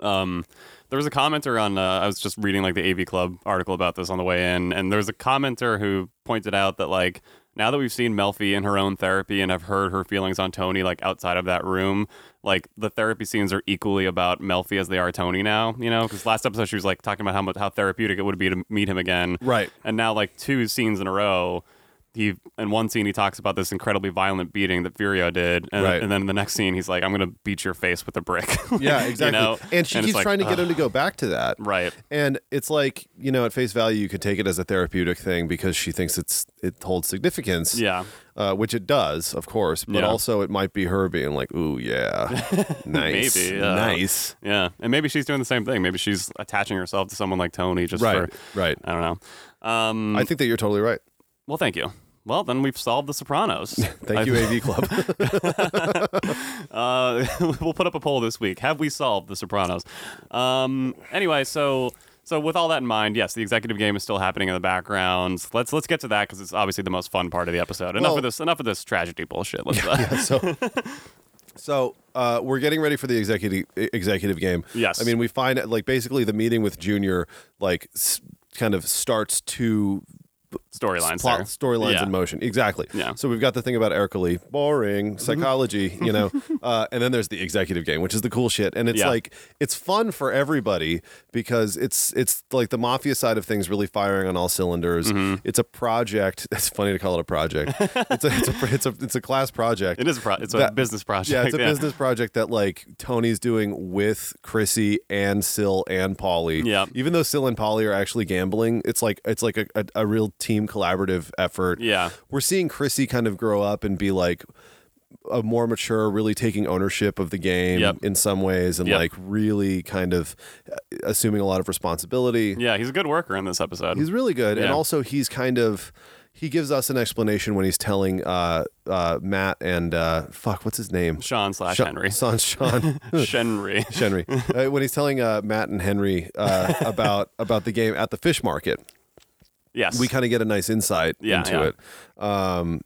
Um, there was a commenter on. Uh, I was just reading like the AV Club article about this on the way in, and there was a commenter who pointed out that like now that we've seen Melfi in her own therapy and have heard her feelings on Tony, like outside of that room, like the therapy scenes are equally about Melfi as they are Tony now, you know? Because last episode she was like talking about how much how therapeutic it would be to meet him again,
Right.
And now like two scenes in a row. He in one scene he talks about this incredibly violent beating that Furio did, and,
Right.
and then in the next scene he's like, "I'm gonna beat your face with a brick."
Yeah,
You
exactly.
know?
And she
it's
keeps
like,
trying to
ugh,
get him to go back to that.
right.
And it's like, you know, at face value, you could take it as a therapeutic thing because she thinks it's it holds significance.
Yeah.
Uh, which it does, of course, but
Yeah.
also it might be her being like, "Ooh, yeah, nice,
Maybe, yeah.
nice."
Yeah, and maybe she's doing the same thing. Maybe she's attaching herself to someone like Tony just
Right,
for
right.
I don't know. Um,
I think that you're totally right.
well, thank you. Well, then we've solved the Sopranos.
Thank
I-
you, AV Club.
Uh, we'll put up a poll this week. Have we solved the Sopranos? Um, anyway, so so with all that in mind, yes, the executive game is still happening in the background. Let's let's get to that because it's obviously the most fun part of the episode. Enough
Well-
of this. Enough of this tragedy bullshit. Let's,
so so uh, we're getting ready for the executive executive game
Yes.
i mean we find like basically the meeting with junior like s- kind of starts to
storylines.
plot
there.
storylines
Yeah.
in motion exactly
Yeah. Mm-hmm.
so we've got the thing about erica lee boring psychology you know uh, and then there's the executive game which is the cool shit and it's
Yeah.
like it's fun for everybody because it's it's like the mafia side of things really firing on all cylinders
Mm-hmm.
it's a project it's funny to call it a project it's a it's a it's a, it's a class project
It is a pro- it's a
That-
business project.
yeah, it's a business project that like Tony's doing with Chrissy and Syl and Polly.
Yeah.
Even though Syl and Polly are actually gambling, it's like it's like a, a, a real team collaborative effort.
Yeah.
We're seeing Chrissy kind of grow up and be like a more mature, really taking ownership of the game
Yep.
in some ways and
Yep.
like really kind of uh, assuming a lot of responsibility.
Yeah, he's a good worker in this episode.
He's really good, and
Yeah.
also he's kind of he gives us an explanation when he's telling uh, uh, Matt and uh, fuck, what's his name?
Sean slash
Sha-
Henry.
Son Sean
Shenry.
Henry. Uh, when he's telling uh, Matt and Henry uh, about about the game at the fish market,
Yes.
we kind of get a nice insight
Yeah,
into
yeah.
it. Um,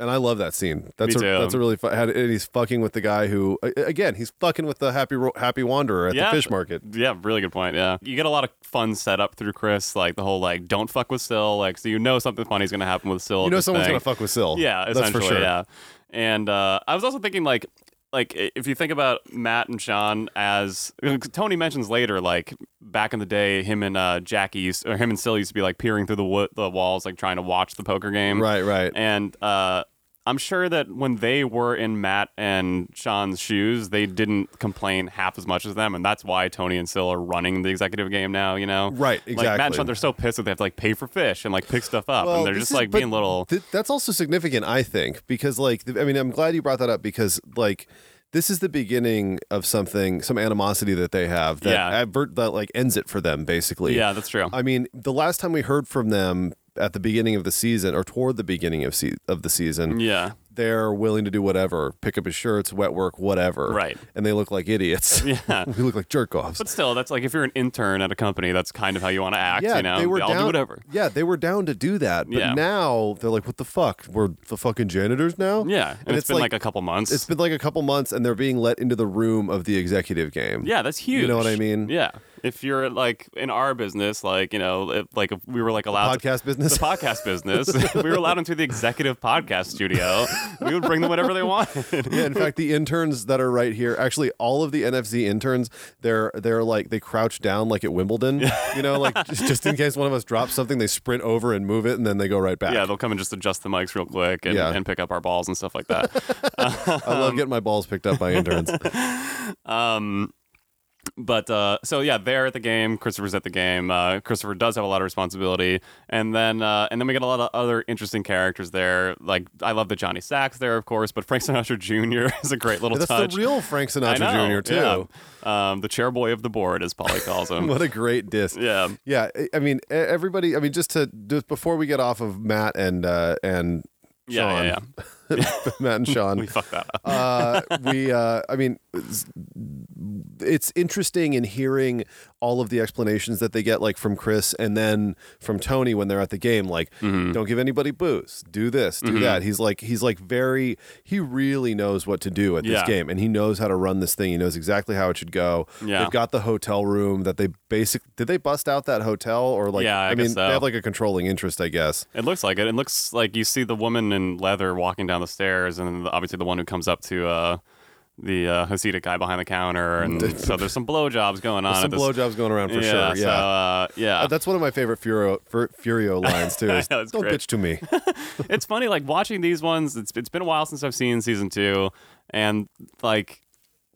and I love that scene. That's
Me
a
too.
that's a really fun. And he's fucking with the guy who a- again he's fucking with the happy ro- happy wanderer at
Yeah.
the fish market.
Yeah, really good point. Yeah, you get a lot of fun setup through Chris, like the whole like don't fuck with Syl, like so you know something funny's gonna happen with Syl.
You
at
know
this
someone's
thing.
gonna fuck with Syl.
Yeah,
that's
essentially.
for sure.
Yeah, and uh, I was also thinking like like i- if you think about Matt and Sean as Tony mentions later, like back in the day, him and uh, Jackie used or him and Syl used to be like peering through the wo- the walls, like trying to watch the poker game.
Right, right.
And uh, I'm sure that when they were in Matt and Sean's shoes, they didn't complain half as much as them, and that's why Tony and Syl are running the executive game now. You know,
Right,
Like Matt
exactly.
and Sean, they're so pissed that they have to like pay for fish and like pick stuff up,
Well,
and they're
this
just
is-
like
but
being little.
th- that's also significant, I think, because like th- I mean, I'm glad you brought that up because like this is the beginning of something, some animosity that they have that
Yeah.
advert that like ends it for them basically.
yeah, that's true.
I mean, the last time we heard from them at the beginning of the season or toward the beginning of se- of the season,
yeah.
they're willing to do whatever, pick up his shirts, wet work, whatever.
Right.
And they look like idiots.
Yeah.
we look like jerk offs.
But still, that's like if you're an intern at a company, that's kind of how you want to act. you know,
they were
I'll
down.
do whatever.
Yeah, they were down to do that, but
Yeah.
now they're like, "What the fuck? We're the fucking janitors now."
Yeah, and,
and
it's been like, a couple months.
it's been like a couple months, and they're being let into the room of the executive game.
Yeah, that's huge.
You know what I mean?
Yeah. If you're like in our business, like you know, if, like if we were like allowed to-
podcast business.
the podcast business, if we were allowed into the executive podcast studio, we would bring them whatever they wanted.
yeah, in fact, the interns that are right here, actually, all of the NFC interns, they're they're like they crouch down like at Wimbledon, you know, like j- just in case one of us drops something, they sprint over and move it, and then they go right back.
Yeah, they'll come and just adjust the mics real quick and,
Yeah.
and pick up our balls and stuff like that.
I love getting my balls picked up by interns.
Um, but uh, so yeah, they're at the game. Christopher's at the game. Uh, Christopher does have a lot of responsibility, and then uh, and then we get a lot of other interesting characters there. Like I love the Johnny Sacks there, of course, but Frank Sinatra Jr. is a great little
That's
touch.
the real Frank
I
Sinatra
know,
Jr. too.
yeah. Um, the chairboy of the board, as Polly calls him.
What a great diss.
yeah,
Yeah, I- I mean e- everybody. I mean just to just before we get off of Matt and uh, and
yeah,
Sean,
yeah, yeah.
Matt and Sean.
We fucked that up.
uh, we, uh, I mean, it's interesting in hearing all of the explanations that they get, like from Chris and then from Tony when they're at the game. Like,
Mm-hmm.
don't give anybody booze. Do this. Do that. He's like, he's like very. He really knows what to do at this
Yeah.
game, and he knows how to run this thing. He knows exactly how it should go.
Yeah.
They've got the hotel room that they basic. Did they bust out that hotel or like?
Yeah, I
mean,
guess so.
they have like a controlling interest, I guess.
It looks like it. It looks like you see the woman in leather walking down the stairs, and the- obviously the one who comes up to uh, the uh, Hasidic guy behind the counter. And so there's some blowjobs going on.
Some
at this,
blowjobs going around for
yeah,
sure.
So,
Yeah.
uh, yeah.
Uh, That's one of my favorite Furio, Fur, Furio lines too. Is,
know,
Don't
it's great.
bitch to me.
it's funny like watching these ones it's, it's been a while since i've seen season two and like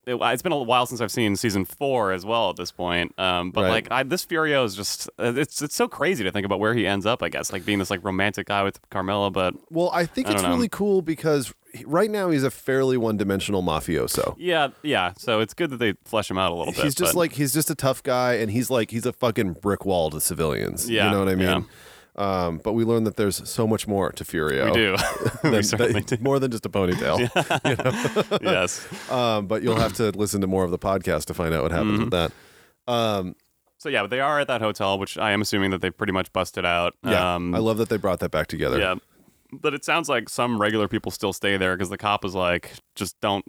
it, it's been a while since i've seen season four as well at this point um, but
Right.
like I, this furio is just uh, it's it's so crazy to think about where he ends up i guess like being this like romantic guy with carmela but
Well, I think
I
it's
don't know.
really cool because he- right now he's a fairly one-dimensional mafioso.
yeah yeah so it's good that they flesh him out a little bit
He's just
but-
like he's just a tough guy, and he's like he's a fucking brick wall to civilians.
Yeah,
you know what I mean. Um, but we learned that there's so much more to Furio.
we do
than-
we certainly
than- more than just a ponytail.
do yes
Um, but you'll have to listen to more of the podcast to find out what
Mm-hmm.
happens with that.
so yeah but they are at that hotel which i am assuming that they pretty much busted out
Yeah, I love that they brought that back together.
Um, Yeah. But it sounds like some regular people still stay there because the cop is like, just don't,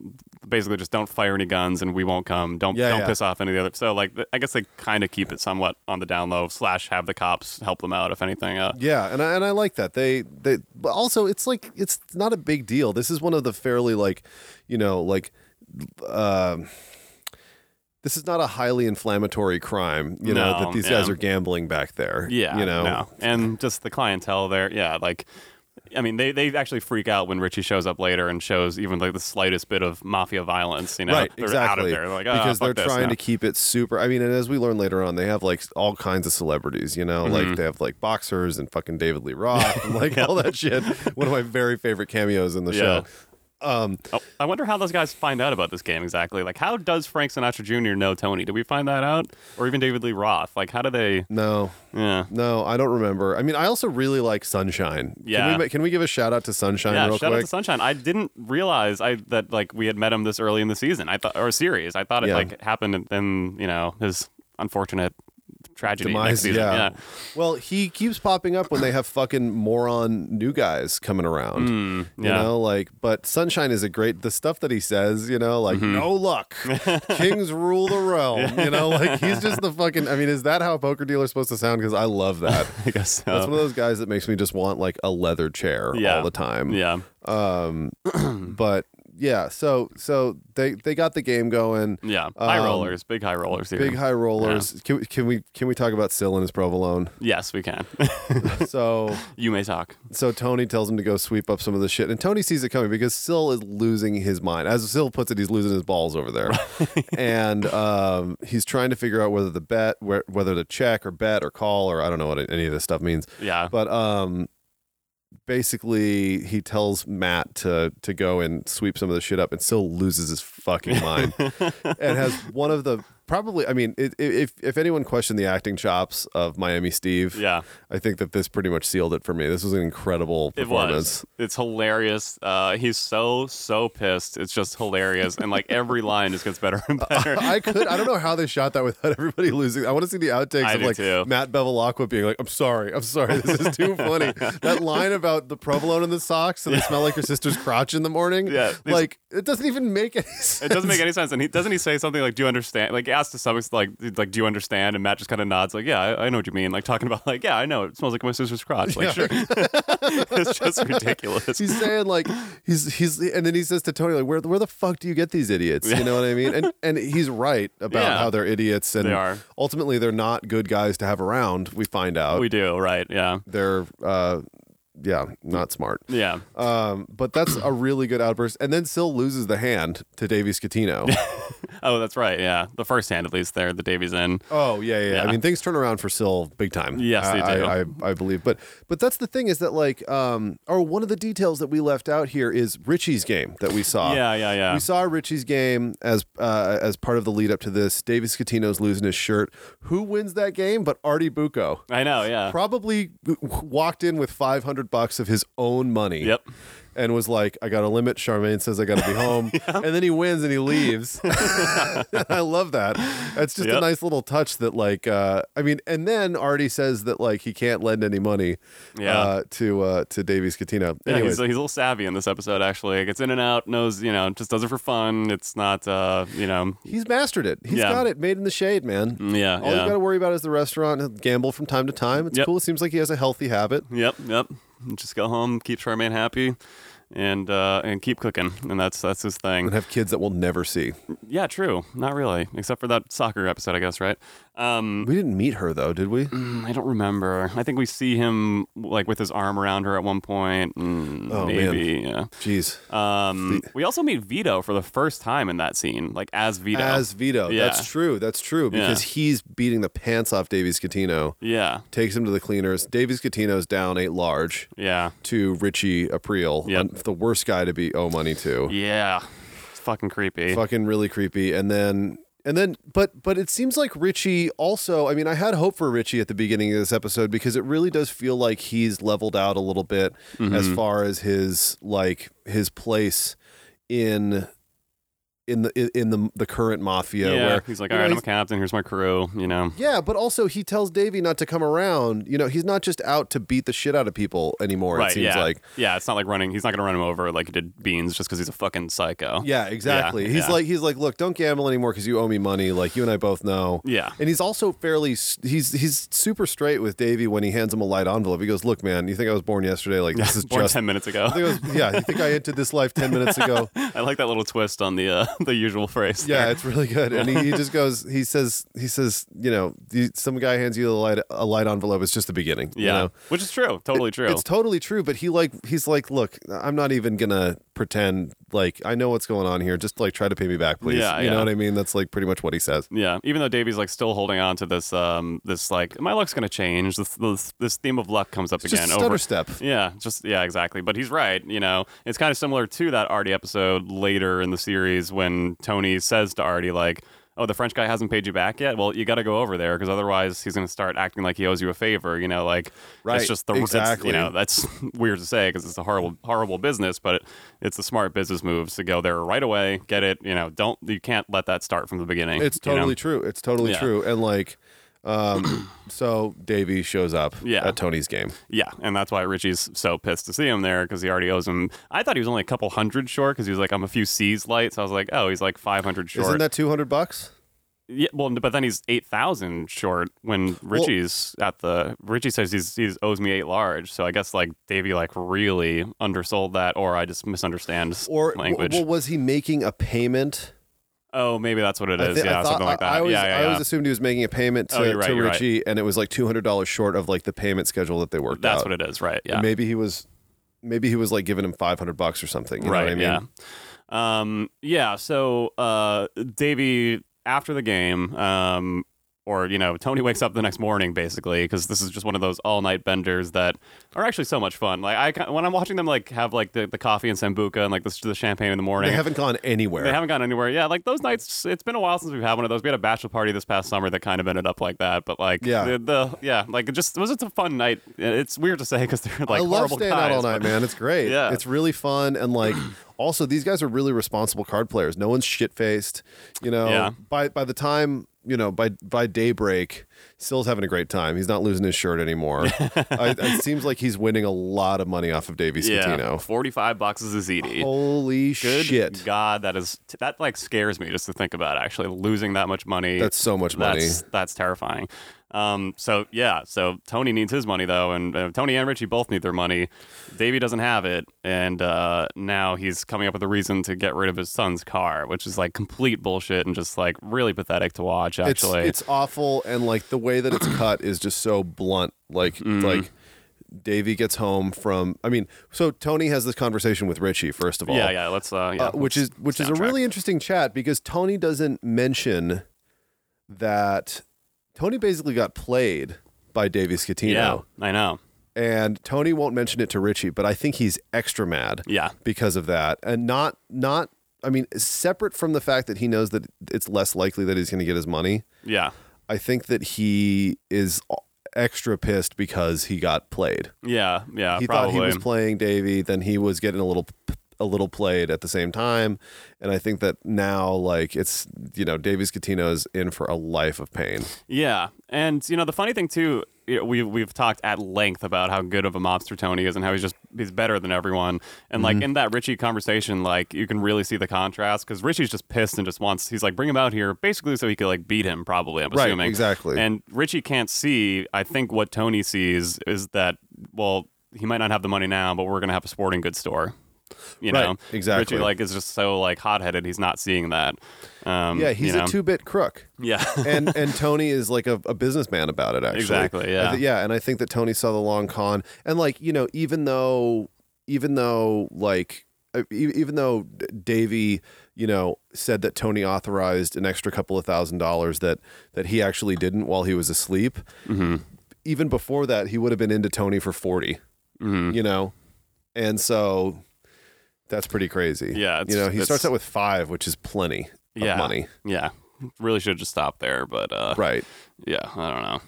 basically, just don't fire any guns and we won't come. Don't
Yeah,
don't
yeah.
piss off any of the other. So like, th- I guess they kind of keep it somewhat on the down low. Slash, have the cops help them out if anything. Uh,
Yeah, and I, and I like that. They they but also it's like it's not a big deal. This is one of the fairly like, you know, like um this is not a highly inflammatory crime, you know,
No,
that these guys
yeah.
are gambling back there.
yeah,
You know.
no. and just the clientele there. Yeah, like. I mean, they, they actually freak out when Richie shows up later and shows even like the slightest bit of mafia violence. You know,
Right,
they're
exactly.
out of there. They're like, "Ah,
because
fuck
they're
this
trying
now."
to keep it super. I mean, and as we learn later on, they have like all kinds of celebrities. You know,
Mm-hmm.
like they have like boxers and fucking David Lee Roth and like all that shit. One of my very favorite cameos in the
Yeah.
show.
Oh, I wonder how those guys find out about this game exactly. Like, how does Frank Sinatra Jr. know Tony? Did we find that out? Or even David Lee Roth? Like, how do they?
No,
Yeah,
No, I don't remember. I mean, I also really like Sunshine. Can we,
Yeah.
ma- can we give a shout out to Sunshine
yeah.
real
Shout out
quick?
to Sunshine. I didn't realize I that like we had met him this early in the season. I thought or series. I thought it
Yeah.
like happened and then you know his unfortunate tragedy next season.
yeah.
Yeah.
Well, he keeps popping up when they have fucking moron new guys coming around. You
Mm, yeah.
know, like, but Sunshine is a great, the stuff that he says, you know,
Mm-hmm.
like, no luck. Kings rule the realm. You know, like, he's just the fucking, I mean, is that how a poker dealer's supposed to sound? Because I love that.
I guess. So.
That's one of those guys that makes me just want, like, a leather chair
Yeah.
all the time.
yeah.
But yeah, so, so they, they got the game going.
Yeah. High
Um,
rollers. Big high rollers here.
Big high rollers. Can, we- can we can we talk about Syl and his provolone?
yes, we can.
so
you may talk.
so Tony tells him to go sweep up some of the shit, and Tony sees it coming because Syl is losing his mind. As Syl puts it, he's losing his balls over there, and um, he's trying to figure out whether the bet, where, whether to check or bet or call or I don't know what any of this stuff means.
Yeah.
But um, basically, he tells Matt to to go and sweep some of the shit up, and still loses his fucking mind, and has one of the probably. I mean, it, i if if anyone questioned the acting chops of Miami Steve,
yeah.
I think that this pretty much sealed it for me. This was an incredible
It
performance.
was. It's hilarious. Uh, he's so so pissed. It's just hilarious, and like every line just gets better and better.
I could. I don't know how they shot that without everybody losing. I want to see the outtakes
I
of
do
like
too.
Matt Bevilacqua being like, "I'm sorry, I'm sorry, this is too funny." that line about the provolone in the socks and they smell like your sister's crotch in the morning.
Yeah, these-
like it doesn't even make any sense.
It doesn't make any sense. And he doesn't he say something like, "Do you understand?" Like asked to some extent, like like Do you understand?" And Matt just kind of nods, like, "Yeah, I, I know what you mean." Like talking about like, "Yeah, I know. It smells like my sister's crotch." Like, sure. it's just ridiculous.
He's saying like he's he's and then he says to Tony like where where the fuck do you get these idiots? You know what I mean? And and he's right about
Yeah.
how they're idiots and
They are.
ultimately they're not good guys to have around. We find out
we do right. Yeah.
they're uh yeah not smart.
Yeah.
Um, but that's a really good outburst. And then Syl loses the hand to Davy Scatino.
Oh, that's right. Yeah. The first hand, at least, there, the Davies in.
oh yeah, yeah, yeah. I
Yeah.
mean, things turn around for Syl big time.
Yes, they
I,
do.
I, I, I believe. But but that's the thing is that like um, or one of the details that we left out here is Richie's game that we saw.
Yeah, yeah, yeah.
We saw Richie's game as uh, as part of the lead up to this. Davy Scatino's losing his shirt. Who wins that game? But Artie Bucco.
I know. Yeah.
Probably w- walked in with 500 bucks of his own money.
Yep.
and was like, I got a limit. Charmaine says I got to be home. And then he wins and he leaves. I love that. That's just a
Yep.
nice little touch that, like, uh, I mean, and then Artie says that, like, he can't lend any money
Yeah.
uh, to uh, to Davies Catino.
Yeah, he's,
Anyways,
he's a little savvy in this episode. Actually, gets in and out, knows you know, just does it for fun. It's not, uh, you know,
he's mastered it. He's
Yeah.
got it made in the shade, man.
mm, yeah,
All
yeah,
Oh, you got to worry about is the restaurant and gamble from time to time. It's
Yep.
cool. It seems like he has a healthy habit.
yep, yep. Just go home, keep Charmaine happy, and uh, and keep cooking, and that's that's his thing.
And have kids that we'll never see.
Yeah, true. Not really, except for that soccer episode, I guess. Right? Um,
We didn't meet her though, did we?
mm, I don't remember. I think we see him like with his arm around her at one point. Mm,
Oh, man.
maybe, yeah.
Jeez.
Um, we also meet Vito for the first time in that scene, like as Vito.
As Vito.
Yeah.
That's true. That's true. Because he's beating the pants off Davies Catino,
yeah,
takes him to the cleaners. Davies Catino's down eight large
yeah,
to Richie April,
Yep.
um, the worst guy to be owe money to.
yeah. It's fucking creepy.
Fucking really creepy. And then. And then, but but it seems like Richie also. I mean, I had hope for Richie at the beginning of this episode because it really does feel like he's leveled out a little bit
Mm-hmm.
as far as his like his place in in the in the the current mafia.
yeah,
where
he's like,
you
all
know,
right, I'm
he's-
a captain. Here's my crew. You know.
Yeah, but also he tells Davy not to come around. You know, he's not just out to beat the shit out of people anymore.
Right,
it seems
yeah.
like.
yeah, it's not like running. He's not gonna run him over like he did Beans just because he's a fucking psycho.
Yeah, exactly.
Yeah,
he's
yeah.
like he's like, look, don't gamble anymore because you owe me money. Like you and I both know.
Yeah.
And he's also fairly s- he's he's super straight with Davy when he hands him a light envelope. He goes, look, man, you think I was born yesterday? Like this is
Born
just.
ten minutes ago.
I think I was- yeah, you think I entered this life ten minutes ago?
I like that little twist on the uh, the usual phrase.
Yeah, it's really good. And he, he just goes, he says, he says, you know, you- some guy hands you a light a light envelope. It's just the beginning.
there.
You
yeah,
know?
which is true. Totally true.
It's totally true, but he like he's like, look, I'm not even gonna pretend like I know what's going on here. Just like try to pay me back, please.
Yeah,
you
yeah.
know what I mean? That's like pretty much what he says.
yeah, even though Davey's like still holding on to this, um, this like my luck's gonna change. This this, this theme of luck comes up
It's
again
just a
over
stutter step.
Yeah, just yeah, exactly. But he's right. You know, it's kind of similar to that Artie episode later in the series when Tony says to Artie like, "Oh, the French guy hasn't paid you back yet. Well, you got to go over there because otherwise he's going to start acting like he owes you a favor." You know, like
Right,
It's just the it's-
exactly.
you know that's weird to say because it's a horrible horrible business, but it, it's the smart business moves to go there right away, get it. You know, don't you can't let that start from the beginning.
It's
you know?
totally true. It's totally
Yeah.
true. And like, um, so Davey shows up
Yeah.
at Tony's game.
Yeah, and that's why Richie's so pissed to see him there because he already owes him. I thought he was only a couple hundred short because he was like, I'm a few C's light. So I was like, oh, he's like 500 short.
Isn't that two hundred bucks?
yeah, well, but then he's 8,000 short when Richie's at the. Richie says he's, he's owes me eight large. So I guess like Davey like really undersold that, or I just misunderstand s-
Or w-
language.
well, was he making a payment?
oh, maybe that's what it
I
is.
thi- I
yeah,
thought-
something like
I-
that.
I always,
yeah, yeah,
I
yeah.
always assumed he was making a payment to,
Oh, you're right,
to
you're right.
Richie, and it was like two hundred dollars short of like the payment schedule that they worked
that's
out.
what it is, right? Yeah.
And maybe he was maybe he was like giving him 500 bucks or something you know what i
right.
mean
Yeah. Um, yeah. So uh, Davey, after the game, um, or you know, Tony wakes up the next morning basically because this is just one of those all night benders that are actually so much fun. Like I, ca- when I'm watching them, like have like the, the coffee and sambuca and like the, the champagne in the morning.
they haven't gone anywhere
They haven't gone anywhere. Yeah, like those nights. It's been a while since we've had one of those. We had a bachelor party this past summer that kind of ended up like that. But like,
Yeah.
the, the yeah, like it just was. It's a fun night. It's weird to say because they're like
i love
horrible
staying
guys,
out all
but-
night man it's great
Yeah.
it's really fun and like also these guys are really responsible card players no one's shit-faced you know
Yeah.
by by the time you know by by daybreak still's having a great time he's not losing his shirt anymore I, it seems like he's winning a lot of money off of davies
Yeah,
Catino.
forty-five boxes of ZD.
holy
Good
shit
God, that is that like scares me just to think about. Actually, losing that much money.
that's so much money
that's that's terrifying. Um, so yeah, so Tony needs his money though, and uh, Tony and Richie both need their money. Davey doesn't have it, and uh, now he's coming up with a reason to get rid of his son's car, which is like complete bullshit and just like really pathetic to watch. Actually,
It's, it's awful, and like the way that it's cut is just so blunt. Like
Mm-hmm.
like Davey gets home from. I mean, so Tony has this conversation with Richie first of all,
yeah, yeah. Let's uh, yeah,
uh, which is
let's
which is a
soundtrack.
really interesting chat because Tony doesn't mention that Tony basically got played by Davey Scatino,
yeah. I know.
and Tony won't mention it to Richie, but I think he's extra mad
Yeah,
because of that and not not i mean separate from the fact that he knows that it's less likely that he's going to get his money
yeah.
I think that he is extra pissed because he got played.
Yeah, yeah,
he
Uh, probably.
thought he was playing Davy, then he was getting a little a little played at the same time, and I think that now like it's you know Davy's Catino is in for a life of pain.
Yeah, and you know the funny thing too, you know, we've we've talked at length about how good of a mobster Tony is and how he's just he's better than everyone. And
Mm-hmm.
like in that Richie conversation, like you can really see the contrast because Richie's just pissed and just wants he's like bring him out here basically so he could like beat him probably. I'm
Right,
assuming
exactly.
And Richie can't see. I think what Tony sees is that well he might not have the money now, but we're gonna have a sporting goods store. You
Right,
know
exactly.
Richie like is just so like hot headed. He's not seeing that. Um,
Yeah, he's
you know?
a two bit crook.
yeah.
and and Tony is like a, a businessman about it. Actually,
Exactly, yeah.
I thi- yeah. And I think that Tony saw the long con, and like you know, even though, even though like, uh, e- even though D- Davey, you know, said that Tony authorized an extra couple of thousand dollars that that he actually didn't while he was asleep.
Mm-hmm.
Even before that, he would have been into Tony for 40
Mm-hmm.
You
Mm.
know, and so. That's pretty crazy.
Yeah, it's-
you know, he
it's-
starts out with five, which is plenty of
yeah,
money,
Yeah, really should just stop there, but uh,
right?
yeah, I don't know.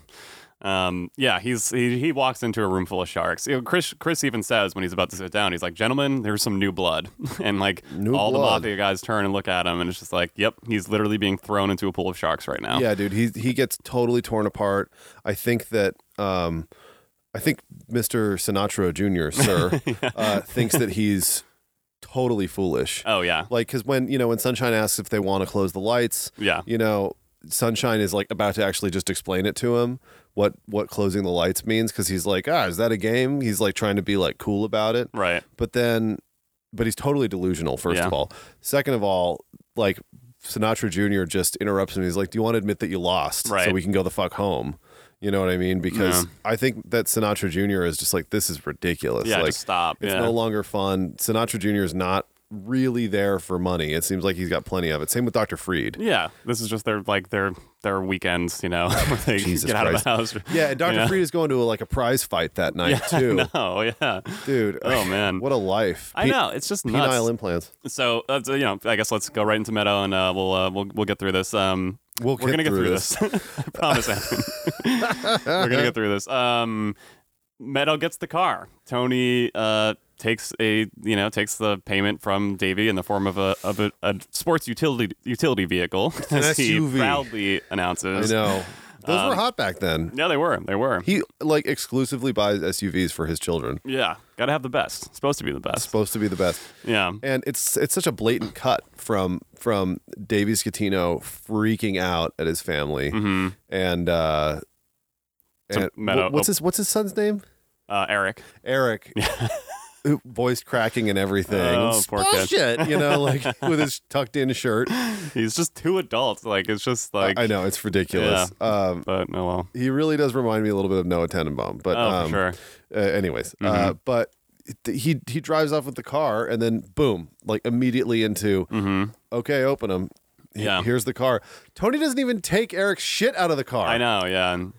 Um, yeah, he's he, he walks into a room full of sharks. You know, Chris Chris even says when he's about to sit down, he's like, "Gentlemen, there's some new blood," and like
New
all the
blood.
mafia guys turn and look at him, and it's just like, "Yep, he's literally being thrown into a pool of sharks right now."
Yeah, dude, he he gets totally torn apart. I think that um, I think Mr. Sinatra Jr. Sir uh, thinks that he's totally foolish.
Oh yeah,
Like, because when you know when Sunshine asks if they want to close the lights,
yeah,
you know, Sunshine is like about to actually just explain it to him what what closing the lights means because he's like, ah, is that a game? He's like trying to be like cool about it
right.
but then but he's totally delusional first
Yeah.
of all second of all like sinatra jr just interrupts him he's like do you want to admit that you lost so
Right.
we can go the fuck home you know what i mean because
Yeah.
i think that sinatra jr is just like this is ridiculous
yeah,
like
just stop.
it's
yeah.
no longer fun sinatra jr is not really there for money it seems like he's got plenty of it same with dr freed
yeah, this is just their like their their weekends, you know, where they
Jesus
get out
Christ.
of the house.
yeah and dr
Yeah.
freed is going to like a prize fight that night
Yeah,
too
no, yeah.
dude
Oh, man.
what a life
I
Pe-
know it's just nuts.
penile implants
So that's uh, you know, I guess let's go right into meta, and uh, we'll uh, we'll we'll get through this. Um,
We'll
we're gonna
get
get
through
through this. I promise. Adam. we're gonna get through this. Um, Meadow gets the car. Tony uh, takes a you know takes the payment from Davy in the form of a of a, a sports utility utility vehicle, as
SUV.
he proudly
i
announces.
know those
Um,
were hot back then
Yeah, they were. They were.
He like exclusively buys SUVs for his children.
yeah, gotta have the best. Supposed to be the best.
Supposed to be the best,
Yeah.
and it's it's such a blatant cut from from Davy Scatino freaking out at his family, and uh,
Mm-hmm. Some
and-
meta- oh.
wh- what's his what's his son's name?
Uh, Eric.
Eric, who- voice cracking and everything.
Oh,
It's
poor kid.
bullshit, you know, like with his tucked in shirt.
He's just two adults. Like it's just like.
I know it's ridiculous. Um,
But no, well.
he really does remind me a little bit of Noah Tenenbaum, but
Oh, for
um,
sure. Mm-hmm.
uh, anyways uh, but th- he he drives off with the car and then boom like immediately into okay open him H-
Mm-hmm. Yeah.
here's the car tony doesn't even take eric's shit out of the car
I know, yeah. And,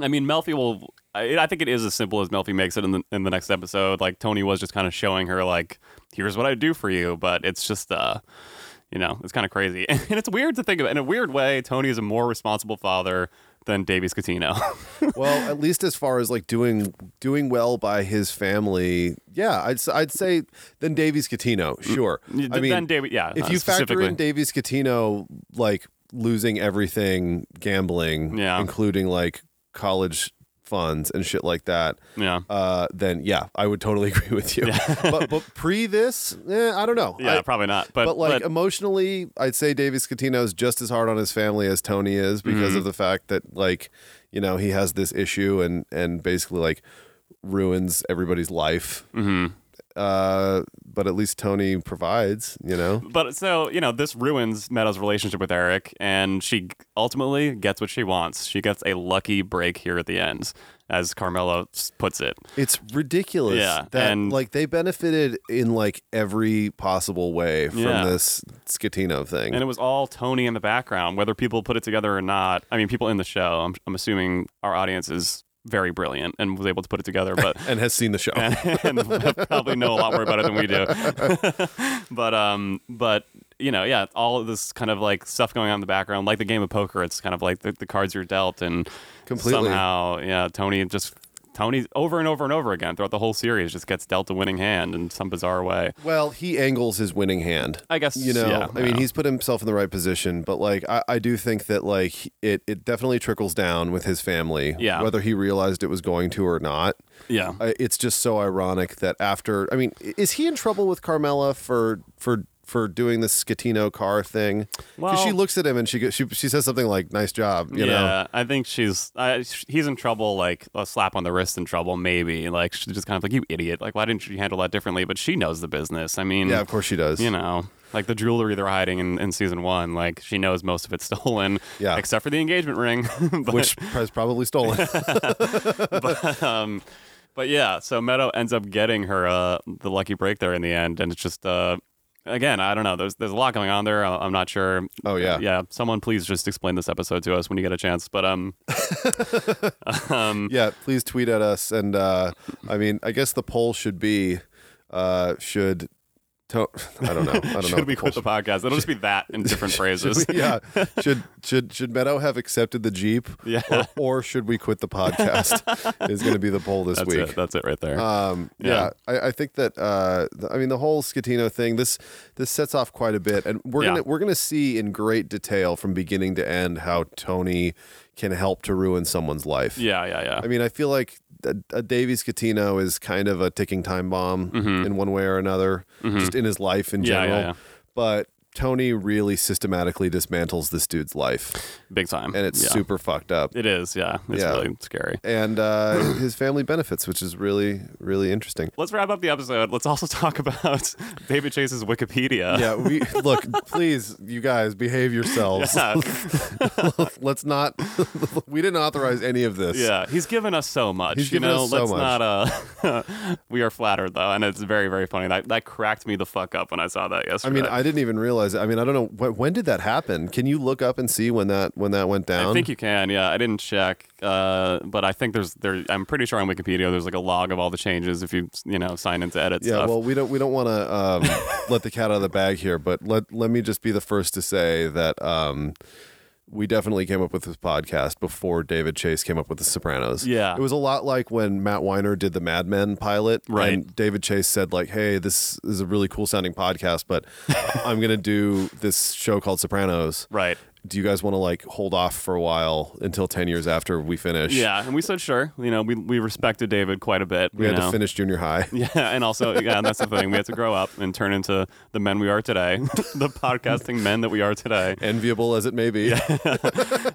I mean, Melfi will. I, I think it is as simple as Melfi makes it in the in the next episode. Like Tony was just kind of showing her, like, here's what I do for you, but it's just, uh, you know, it's kind of crazy, and it's weird to think of. In a weird way, Tony is a more responsible father than Davies Catino.
well at least as far as like doing doing well by his family yeah i'd, s- I'd say then davies catino sure i mean
Mm, then David, yeah.
if
uh,
you factor
specifically.
in davies catino like losing everything gambling
Yeah.
including like college funds and shit like that
yeah,
uh, then yeah, I would totally agree with you. but, but pre this, eh, I don't know.
yeah,
I-
probably not. But,
but like emotionally, I'd say Davis Catino's just as hard on his family as Tony is because
Mm-hmm.
of the fact that like, you know, he has this issue and and basically like ruins everybody's life.
mhm.
Uh, but at least Tony provides, you know.
But so, you know, this ruins Meadow's relationship with Eric, and she ultimately gets what she wants. She gets a lucky break here at the end, as Carmelo s- puts it.
It's ridiculous
Yeah,
that
and-
like they benefited in like every possible way from
Yeah.
this Scatino thing.
And it was all Tony in the background, whether people put it together or not. I mean, people in the show, I'm, I'm assuming our audience is very brilliant and was able to put it together, but.
and has seen the show.
and probably know a lot more about it than we do, but um, but you know, yeah, all of this kind of like stuff going on in the background, like the game of poker. It's kind of like the, the cards you're dealt, and
Completely.
somehow, yeah, Tony just Tony over and over and over again throughout the whole series just gets dealt a winning hand in some bizarre way.
Well, he angles his winning hand.
I guess,
you know.
yeah,
I mean,
yeah.
he's put himself in the right position, but like, I, I do think that like it it definitely trickles down with his family,
Yeah.
whether he realized it was going to or not.
Yeah,
I, it's just so ironic that after, I mean, i- is he in trouble with Carmela for for for doing this Scatino car thing? Because she
Well-
looks at him and she go- she she says something like "nice job,"
yeah,
you know.
I think she's I sh he's in trouble, like a slap on the wrist in trouble, maybe. Like she's just kind of like you idiot. Like why didn't you handle that differently? But she knows the business. I mean,
Yeah, of course she does.
you know, like the jewelry they're hiding in, in season one. Like she knows most of it's stolen,
Yeah.
except for the engagement ring. but,
which is probably stolen.
but yeah, so Meadow ends up getting her uh, the lucky break there in the end, and it's just. Uh, Again, I don't know. There's there's a lot going on there. I- I'm not sure.
Oh, yeah.
yeah. Someone please just explain this episode to us when you get a chance. But um,
yeah, please tweet at us. And uh, I mean, I guess the poll should be uh, should. To- I don't know. I don't know.
should
what
we
the poll
quit the podcast? It'll just be that in different
should-
phrases.
should we- yeah. Should should should Meadow have accepted the Jeep?
Yeah.
Or, or should we quit the podcast? is going to be the poll this
That's
week.
it. That's it right there.
Um, yeah,
Yeah.
I, I think that uh, th- I mean the whole Scatino thing. This this sets off quite a bit, and we're
Yeah.
gonna we're gonna see in great detail from beginning to end how Tony can help to ruin someone's life.
yeah, yeah, yeah.
I mean, I feel like a, a Davy Scatino is kind of a ticking time bomb in one way or another, just in his life in
Mm-hmm. Yeah, yeah,
general.
yeah.
But Tony really systematically dismantles this dude's life,
Big time.
and it's
yeah.
super fucked up.
It is. Yeah. It's
Yeah.
really scary.
and uh, his family benefits, which is really really interesting.
Let's wrap up the episode. Let's also talk about David Chase's Wikipedia.
yeah we look please you guys behave yourselves
Uh,
let's not we didn't authorize any of this
Yeah, he's given us so much.
He's
you
given
know,
us so
let's
much.
not. Uh, we are flattered though, and it's very, very funny. That that cracked me the fuck up when I saw that
i
yesterday.
mean i didn't even realize it. i mean i don't know when, when did that happen can you look up and see when that when that went down
I think you can. Yeah, I didn't check, uh, but I think there's there. I'm pretty sure on Wikipedia there's like a log of all the changes if you you know sign into edit
yeah
stuff.
well we don't we don't want to um, let the cat out of the bag here but let let me just be the first to say that um we definitely came up with this podcast before David Chase came up with The Sopranos.
Yeah.
It was a lot like when Matt Weiner did the Mad Men pilot.
Right.
And David Chase said, like, hey, this is a really cool sounding podcast, but I'm going to do this show called Sopranos.
right.
Do you guys want to, like, hold off for a while until 10 years after we finish?
Yeah, and we said sure. You know, we we respected David quite a bit.
We
you
had
know?
to finish junior high.
Yeah, and also, yeah, and that's the thing. We had to grow up and turn into the men we are today, the podcasting men that we are today.
Enviable as it may be.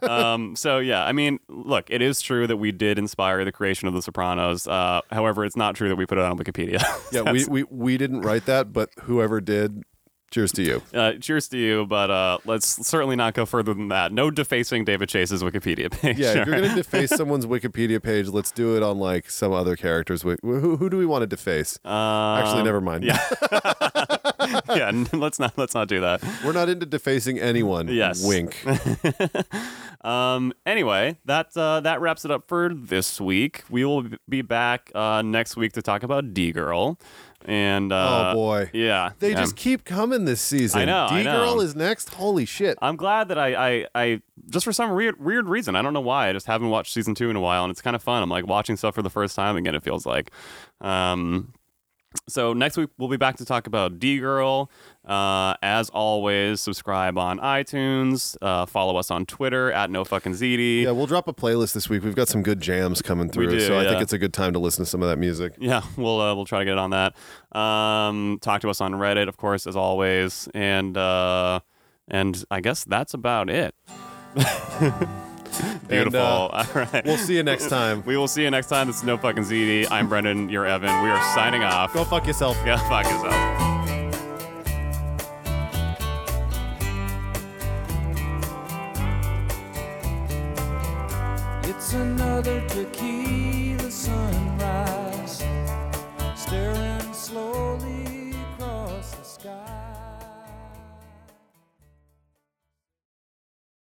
Um, so yeah, I mean, look, it is true that we did inspire the creation of The Sopranos. Uh, however, it's not true that we put it on Wikipedia.
Yeah, we, we, we didn't write that, but whoever did, cheers to you.
uh, cheers to you, but uh, let's certainly not go further than that. No defacing David Chase's Wikipedia page.
Yeah, if you're going to deface someone's Wikipedia page, let's do it on like some other characters. Who, who, who do we want to deface?
Um,
Actually, never mind.
yeah. yeah, n- let's not let's not do that.
We're not into defacing anyone.
Yes.
Wink.
Um, anyway, that uh, that wraps it up for this week. We will be back uh, next week to talk about D Girl, and uh,
oh, boy.
yeah,
They
yeah.
just keep coming this season.
I know, I
D-Girl
know.
is next. Holy shit.
I'm glad that I, I, I just for some weird, weird reason, I don't know why, I just haven't watched season two in a while, and it's kind of fun. I'm like watching stuff for the first time again. It feels like. Um, so next week we'll be back to talk about D Girl. Uh, as always, subscribe on iTunes. Uh, follow us on Twitter at no fucking ZD.
yeah, we'll drop a playlist this week. We've got some good jams coming through,
do,
so I think
yeah.
it's a good time to listen to some of that music.
Yeah, we'll uh, we'll try to get it on that. Um, talk to us on Reddit, of course, as always, and uh, and I guess that's about it. Beautiful.
uh,
All right.
We'll see you next time.
We will see you next time. This is No Fucking ZD. I'm Brendan. You're Evan. We are signing off.
Go fuck yourself.
Yeah, fuck yourself.